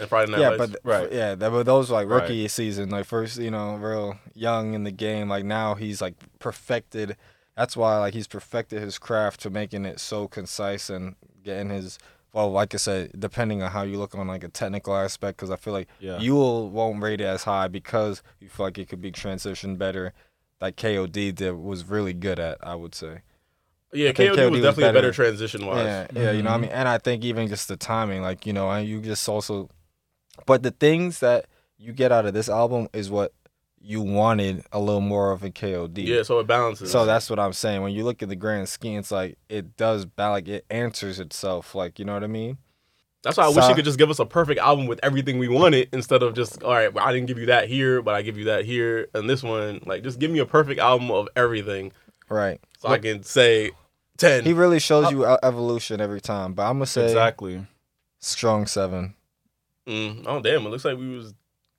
S4: and Friday Night
S5: Yeah,
S4: Lights.
S5: but th-
S2: Right.
S5: yeah, that, but those like
S2: Right.
S5: rookie season, like first, you know, real young in the game. Like now, he's like perfected. That's why like he's perfected his craft to making it so concise and getting his. Well, like I said, depending on how you look on like a technical aspect, because I feel like
S2: Yeah.
S5: you will won't rate it as high because you feel like it could be transitioned better. Like KOD did was really good at, I would say.
S4: yeah,
S5: think
S4: KOD,
S5: KOD
S4: was
S5: was
S4: definitely
S5: better.
S4: better transition wise.
S5: Yeah, yeah, you know what I mean? And I think even just the timing, like, you know, and you just also but the things that you get out of this album is what you wanted a little more of in KOD.
S4: Yeah, so it balances.
S5: So that's what I'm saying. When you look at the grand scheme, it's like it does ba- like it answers itself, like you know what I mean?
S4: that's why I wish
S5: so-
S4: you could just give us a perfect album with everything we wanted instead of just all right. Well, I didn't give you that here, but I give you that here and this one. Like, just give me a perfect album of everything
S5: Right.
S4: so I can say ten.
S5: He really
S4: Uh,
S5: shows you e- evolution every time, but I'm gonna say
S2: exactly.
S5: strong seven.
S4: Mm, oh damn! It looks like we was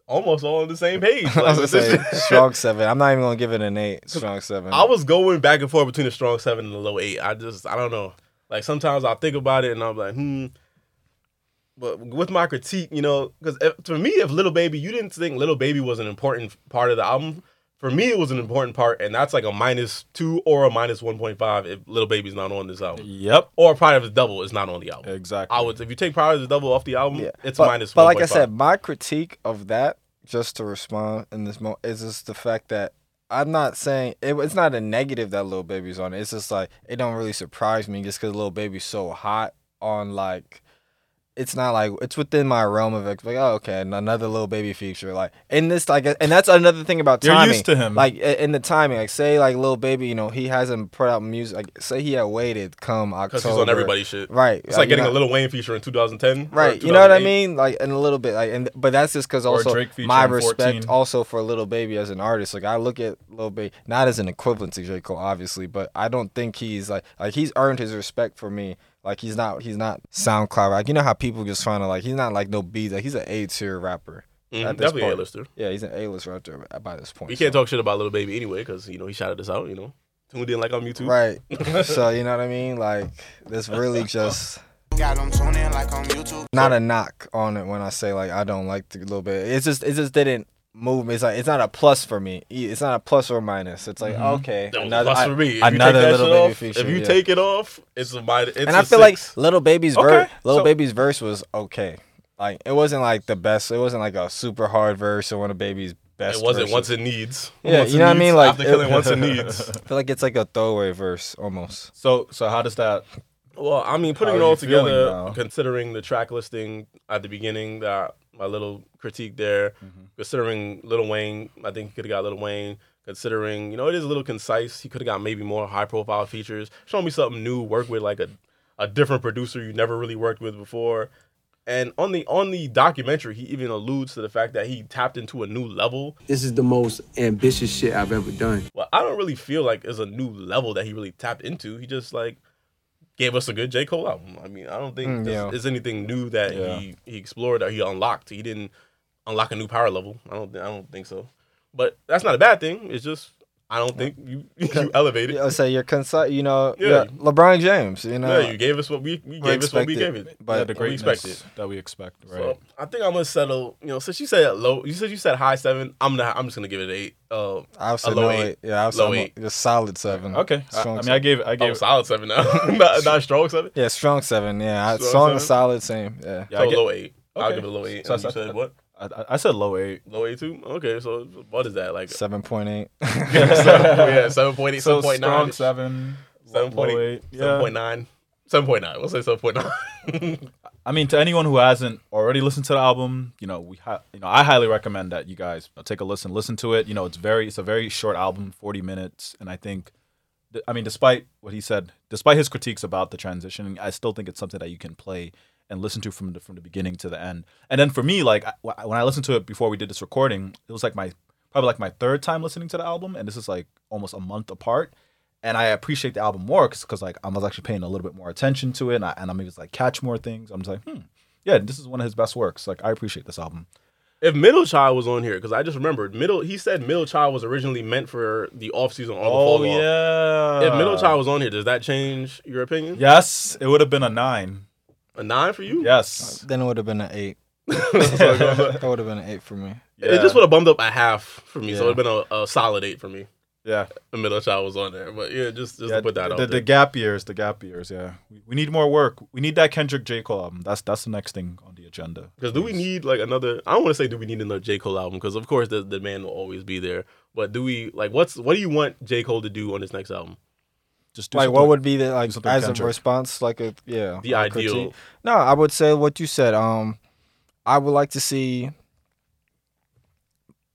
S4: almost all on the same page. Like,
S5: I was gonna
S4: with this-
S5: say strong seven. I'm not even gonna give it an eight. Strong seven.
S4: I was going back and forth between the strong seven and the low eight. I just I don't know. Like sometimes I think about it and I'm like, hmm. But with my critique, you know, because to me, if Little Baby, you didn't think Little Baby was an important part of the album. For me, it was an important part, and that's like a minus two or a minus one point five if Little Baby's not on this album,
S2: Yep.
S4: or Pride of the Double is not on the album.
S2: Exactly.
S4: I would if you take Pride of the Double off the album, it's
S5: but,
S4: minus.
S5: But like I
S4: 1.5.
S5: said, my critique of that, just to respond in this moment, is just the fact that I'm not saying it, it's not a negative that Lil Baby's on. it. It's just like it don't really surprise me just because Lil Baby's so hot on like. It's not like it's within my realm of ex- like oh okay and another little baby feature like in this like and that's another thing about
S2: You're
S5: timing
S2: used to him.
S5: like i- in the timing like say like little baby you know he hasn't put out music like say he had waited come October
S4: because he's on everybody's shit,
S5: right
S4: It's like
S5: you
S4: getting
S5: know-
S4: a Little Wayne feature in 2010, or
S5: Right, you know what I
S4: 2008.
S5: mean, like in a little bit, like, and but that's just because
S2: Or
S5: also
S2: Drake featuring
S5: my respect
S2: 14.
S5: also for Little Baby as an artist. Like I look at Little Baby not as an equivalent to J Cole, obviously, but I don't think he's like like he's earned his respect for me. Like he's not he's not SoundCloud like you know how people just trying to like he's not like no B like he's an A tier rapper.
S4: Mhm,
S5: at this
S4: definitely
S5: point.
S4: A-lister.
S5: Yeah, he's an A list rapper by this point.
S4: We can't
S5: so-
S4: talk shit about Little Baby anyway because you know he shouted us out. You know, tuned in like on YouTube.
S5: Right. so you know what I mean? Like that's really just
S9: Got 'em tuned in like on YouTube.
S5: Not a knock on it when I say like I don't like the little bit. It's just it just didn't move. me. It's like it's not a plus for me. E- It's not a plus or minus. It's like okay,
S4: That was
S5: another
S4: plus
S5: I-
S4: for me. If
S5: another
S4: you take that
S5: little
S4: shit
S5: baby
S4: off,
S5: feature.
S4: If you
S5: yeah.
S4: take it off, it's a minus. It's
S5: and
S4: I
S5: I feel like Little Baby's verse,
S4: Okay,
S5: Little
S4: so-
S5: Baby's verse was okay. Like it wasn't like the best. It wasn't like a super hard verse or one of Baby's best.
S4: it wasn't
S5: verses.
S4: once it needs.
S5: Yeah,
S4: Once
S5: you
S4: it
S5: know what I
S4: needs,
S5: mean? Like
S4: after killing
S5: it-
S4: once it needs.
S5: I feel like it's like a throwaway verse almost.
S2: So so how does that?
S4: Well, I mean, putting
S2: How
S4: it
S2: are
S4: all
S2: you feeling
S4: together,
S2: now?
S4: considering the track listing at the beginning, that my little critique there,
S2: Mm-hmm.
S4: considering Little Wayne, I think he could have got Little Wayne. Considering, you know, it is a little concise. He could have got maybe more high profile features. Show me something new. Work with like a, a different producer you never really worked with before. And on the on the documentary, he even alludes to the fact that he tapped into a new level.
S10: This is the most ambitious shit I've ever done.
S4: Well, I don't really feel like it's a new level that he really tapped into. He just like gave us a good J. Cole album. I mean, I don't think
S5: Mm,
S4: there's,
S5: yeah.
S4: there's anything new that he, he explored or he unlocked. He didn't unlock a new power level. I don't thi- I don't think so. But that's not a bad thing. It's just I don't think you you elevated.
S5: I would say you're concise. You know,
S4: Yeah.
S5: yeah, LeBron James. You know,
S4: Yeah, you gave us what we, we
S5: we
S4: gave us what we
S5: expect
S4: gave
S5: it,
S4: it.
S5: but-
S2: yeah,
S5: we
S2: the
S4: expect
S2: greatness
S4: it.
S2: that we expect, right?
S4: So I think I'm gonna settle. You know, since you said low, you said you said high seven. I'm not. I'm just gonna give it an eight. Uh,
S5: I would
S4: a
S5: say
S4: low
S5: no
S4: eight.
S5: eight. Yeah, I would say
S4: Low
S5: I'm a-
S4: eight.
S5: a solid seven.
S2: okay, I, I
S5: Strong
S2: mean, I
S5: seven.
S2: gave I
S4: Oh,
S2: gave
S4: solid seven now. not, not strong seven.
S5: yeah, strong seven. Yeah, I-
S4: Strong
S5: strong and
S4: seven?
S5: solid same. Yeah.
S2: yeah,
S4: so
S2: I,
S4: low
S2: gave,
S4: eight. I'll
S2: Okay.
S4: give it a low eight.
S2: So
S4: and
S2: I-
S4: you said what?
S2: I, I- I said low eight.
S4: Low eight too. Okay, so what is that like?
S5: Seven point eight.
S4: Seven- yeah, seven point eight,
S2: So
S4: seven point
S2: strong
S4: nine,
S2: seven,
S4: seven
S2: low
S4: point eight,
S2: eight.
S4: seven
S2: Yeah.
S4: point nine, seven point nine. We'll say seven point nine.
S2: I mean, to anyone who hasn't already listened to the album, you know, we, hi- you know, I highly recommend that you guys take a listen, listen to it. You know, it's very, it's a very short album, forty minutes, and I think, th- I mean, despite what he said, despite his critiques about the transition, I still think it's something that you can play and listen to from the, from the beginning to the end. And then for me, like I, when I listened to it before we did this recording, it was like my probably like my third time listening to the album, and this is like almost a month apart and I appreciate the album more because like I was actually paying a little bit more attention to it, and, I, and I'm able to like catch more things. I'm just like, hmm, yeah, this is one of his best works. Like I appreciate this album.
S4: if Middle Child was on here, because I just remembered Middle. He said Middle Child was originally meant for the off season on the fall off.
S2: yeah,
S4: If Middle Child was on here, does that change your opinion?
S2: Yes, it would have been a nine.
S4: A nine for you?
S2: Yes,
S5: then it would have been an eight. that would have been an eight for me.
S4: It just would have bumped up a half for me, so
S2: Yeah.
S4: it'd been a, a solid eight for me.
S2: yeah.
S4: If Middle Child was on there, but yeah, just just
S2: yeah
S4: to put that
S2: the,
S4: out.
S2: the
S4: there.
S2: gap years, the gap years. Yeah, we, we need more work. We need that Kendrick J Cole album. That's that's the next thing on the agenda.
S4: Because do we need like another? I don't want to say do we need another J Cole album? Because of course the the man will always be there. But do we like what's what do you want J Cole to do on his next album?
S2: just do
S5: Like,
S2: something-
S5: what would be the like
S2: something
S5: as a
S2: Kendrick.
S5: response? Like a yeah.
S4: The
S5: like critique?
S4: ideal.
S5: No, I would say what you said. Um, I would like to see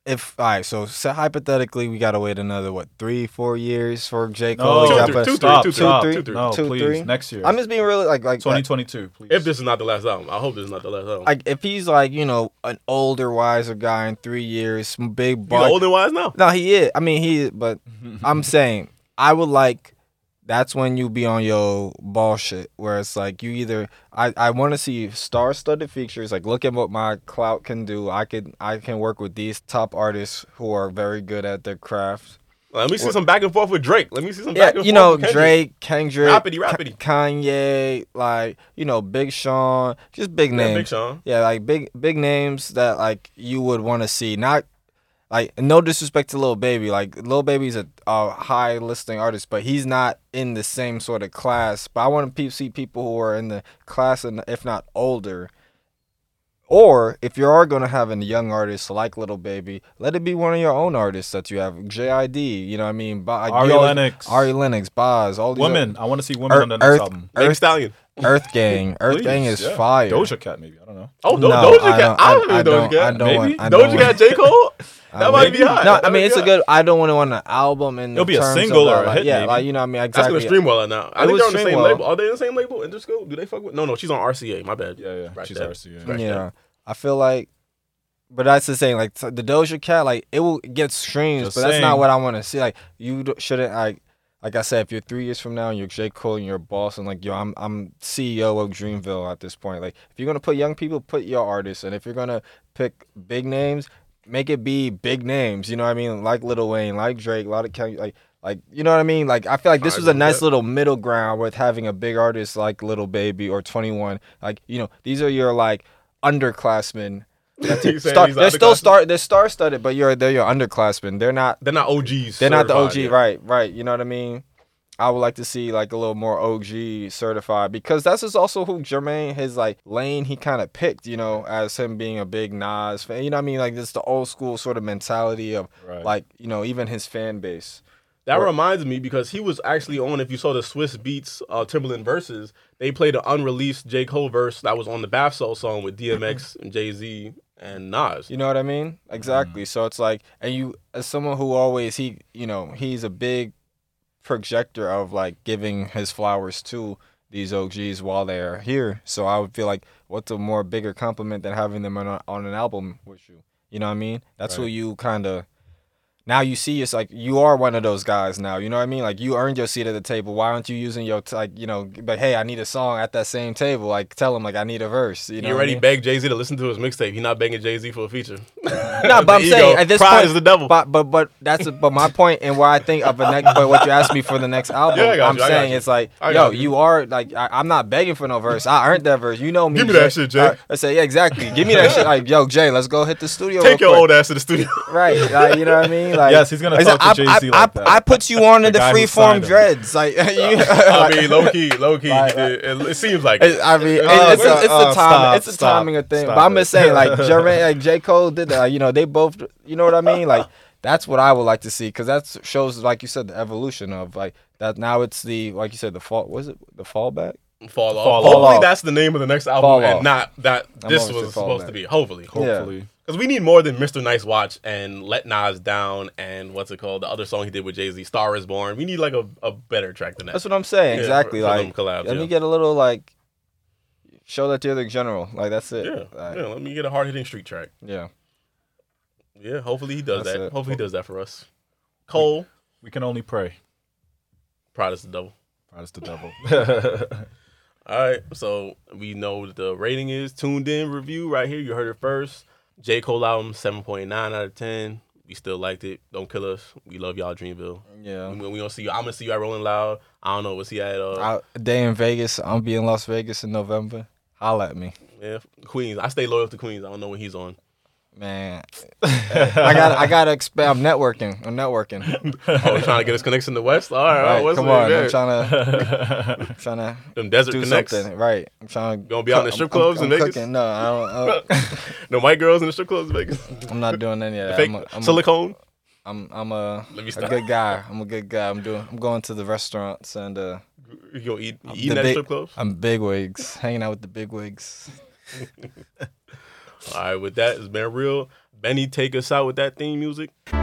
S5: if all right. So, so hypothetically, we gotta wait another what three, four years for J. Cole.
S2: no,
S5: to drop a-
S4: Two, three, two, three,
S2: stop,
S4: two,
S2: stop.
S4: three.
S2: No,
S5: Two,
S2: please,
S5: three.
S2: next year.
S5: I'm just being really like like that.
S2: 2022, please.
S4: If this is not the last album, I hope this is not the last album.
S5: like if he's like you know an older, wiser guy in three years, some big
S4: He's
S5: bar.
S4: older than wise now.
S5: No, he is. I mean, he. But I'm saying I would like. That's when you be on your ball shit, where it's like you either I, I want to see star-studded features, like look at what my clout can do. I could I can work with these top artists who are very good at their craft.
S4: Let me see some back and forth with Drake. Let me see some
S5: Yeah,
S4: back and
S5: you
S4: forth
S5: know
S4: with Kendrick.
S5: Drake, Kendrick,
S4: Rappity, rappity.
S5: Kanye, like you know Big Sean, just big names.
S4: Big Sean.
S5: Yeah, like big big names that like you would want to see. Not like no disrespect to Lil Baby. Like Lil Baby's a, a high listing artist, but he's not in the same sort of class. But I want to see people who are in the class and if not older. Or if you are gonna have a young artist like Little Baby, let it be one of your own artists that you have. JID, you know what I mean? Bo- like,
S2: Ari
S5: you always-
S2: Lennox.
S5: Ari Lennox, Boz, all these
S2: women, I want to see women
S5: Ear-
S2: on the next
S5: Earth-
S2: album.
S5: Earth,
S4: Megan Stallion.
S5: Earth Gang. Earth
S2: Please,
S5: Gang is
S2: yeah.
S5: fire.
S2: Doja Cat, maybe I don't know.
S4: Oh, no,
S5: No,
S4: Doja
S5: I
S4: Cat.
S5: don't-
S4: I
S5: I-
S4: don't,
S5: I
S4: even know Doja
S5: don't-
S4: Cat.
S5: I don't want-
S4: Maybe
S5: I don't
S4: Doja
S5: want-
S4: Cat, J Cole. That might be hot.
S5: No,
S4: That
S5: I
S4: might
S5: mean it's
S4: be
S5: a
S4: hot.
S5: good. I don't want to want an album and
S2: It'll be a single or a hit,
S5: Yeah,
S2: maybe.
S5: like you know, what I mean
S4: That's
S5: exactly.
S4: gonna stream well or not. I
S5: It
S4: think
S5: was
S4: they're on the same
S5: stream well.
S4: label. Are they in the same label? Interscope? Do they fuck with? No, no. She's on RCA. My bad.
S2: Yeah, yeah,
S4: Right
S2: she's
S4: there.
S2: RCA.
S4: Right there.
S5: Yeah, I feel like, but that's the thing. Like t- the Doja Cat, like it will get streams,
S2: Just
S5: but that's not
S2: saying.
S5: what I want to see. Like you d- shouldn't like. Like I said, if you're three years from now and you're J. Cole and you're a boss and like yo, I'm I'm CEO of Dreamville at this point. Like if you're gonna put young people, put your artists, and if you're gonna pick big names, make it be big names. You know what I mean? Like Lil Wayne, like Drake, a lot of Ken, like Like you know what I mean? Like I feel like this
S4: I
S5: was a
S4: agree with
S5: nice
S4: that.
S5: little middle ground with having a big artist like Little Baby or Twenty One. Like you know, these are your like underclassmen. That's
S4: You
S5: it.
S4: saying
S5: Star,
S4: these
S5: they're still
S4: underclassmen?
S5: star. They're star studded, but you're they're your underclassmen. They're not.
S4: They're not OGs.
S5: They're not the
S4: certified
S5: OG.
S4: yet.
S5: Right. Right. You know what I mean? I would like to see like a little more OG certified because that's just also who Jermaine his like lane he kind of picked. You know, as him being a big Nas fan. You know what I mean? Like this the old school sort of mentality of
S2: Right.
S5: like you know even his fan base.
S4: That reminds me because he was actually on. If you saw the Swiss Beats uh, Timberland verses, they played an unreleased J Cole verse that was on the Bath Soul song with DMX, and Jay Z, and Nas.
S5: Mm-hmm. You know what I mean? Exactly. So it's like, and you, as someone who always he, you know, he's a big projector of like giving his flowers to these OGs while they are here. So I would feel like, what's a more bigger compliment than having them on, a, on an album with you? You know what I mean? That's who you kind of. Now you see, it's like you are one of those guys now. You know what I mean? Like you earned your seat at the table. Why aren't you using your t- like you know? But hey, I need a song at that same table. Like tell him like I need a verse. You know?
S4: He
S5: what I
S4: already
S5: mean?
S4: begged Jay Z to listen to his mixtape. He not begging Jay Z for a feature.
S5: No, but I'm
S4: The
S5: saying
S4: ego.
S5: at this
S4: Pride
S5: point,
S4: is the devil.
S5: But but but that's but my point and why I think of the next. But what you asked me for the next album,
S4: Yeah, I got
S5: I'm
S4: you, I got
S5: saying
S4: you.
S5: it's like,
S4: I
S5: yo,
S4: got you.
S5: you are like, I, I'm not begging for no verse. I earned that verse. You know me.
S4: Give me that
S5: Jay.
S4: shit, Jay.
S5: I, I say yeah, exactly. Give me that shit. Like yo, Jay, let's go hit the studio.
S4: Take
S5: real
S4: your
S5: quick.
S4: old ass to the studio.
S5: Right, like, you know what I mean? Like,
S2: Yes, he's gonna
S5: like,
S2: talk to
S5: I-
S2: Jay-Z
S5: I,
S2: like
S5: I,
S2: that.
S5: I put you on to the,
S2: guy who
S5: freeform
S2: signed him.
S5: dreads, like you.
S4: I mean, low key, low key. it, it- it seems like it.
S5: It's, I mean,
S2: Uh,
S5: it's, it's, a, it's
S2: uh,
S5: a timing,
S2: stop,
S5: it's a
S2: stop,
S5: timing of thing.
S2: stop
S5: But I'm
S2: it.
S5: just saying, like Jermaine, like J Cole did that. You know, they both. You know what I mean? Like that's what I would like to see because that shows, like you said, the evolution of like that. Now it's the like you said, the fall. Was it the fallback?
S4: fall off.
S2: Fall
S4: Hopefully,
S5: Off.
S4: that's the name of the next album,
S5: Fall
S4: and
S5: Off.
S4: not that
S5: I'm
S4: this
S5: always
S4: was
S5: a
S4: supposed
S5: fallback.
S4: to be. Hopefully,
S5: Hopefully.
S4: Because we need more than Mr. Nice Watch and Let Nas Down and what's it called? The other song he did with Jay Z, Star Is Born. We need like a, a better track than that.
S5: That's what I'm saying.
S4: Yeah,
S5: exactly.
S4: for- for
S5: like
S4: them collabs,
S5: let me
S4: yeah.
S5: get a little like show that to the general. Like that's it.
S4: yeah,
S5: Like,
S4: yeah. Let me get a hard hitting street track.
S5: yeah.
S4: Yeah, hopefully he does
S5: That's
S4: that.
S5: it.
S4: Hopefully he does that for us. Cole,
S2: We can only pray.
S4: Pride is the devil.
S2: God is the devil.
S4: All right, so we know what the rating is. Tuned in review right here. You heard it first. J Cole album, seven point nine out of ten. We still liked it. Don't kill us. We love y'all, Dreamville.
S5: Yeah.
S4: We, we gonna see you. I'm gonna see you at Rolling Loud. I don't know. We'll see you at uh,
S5: I, a day in Vegas. I'm be in Las Vegas in November. Holla at me.
S4: yeah, Queens. I stay loyal to Queens. I don't know when he's on.
S5: Man, I got I gotta expand. I'm networking. I'm networking.
S4: Oh, you trying to get his connection to West. All right, all right
S5: Right,
S4: West
S5: come
S4: man,
S5: on,
S4: yeah.
S5: I'm trying to trying to
S4: Them desert
S5: do
S4: connects.
S5: something. Right, I'm trying to.
S4: Gonna be out in the strip clubs
S5: I'm,
S4: in Vegas?
S5: Cooking. No, I don't, I
S4: No white girls in the strip clubs in Vegas.
S5: am not doing any of that.
S4: Fake
S5: I'm, a, I'm, a,
S4: silicone.
S5: I'm, I'm a,
S4: Let me
S5: a
S4: stop.
S5: good guy. I'm a good guy. I'm doing. I'm going to the restaurants and uh,
S4: You gonna eat you
S5: the
S4: eating at
S5: big-
S4: strip clubs?
S5: I'm big wigs, hanging out with the big wigs.
S4: All right, with that, it's been real. Benny, take us out with that theme music.
S5: Boom,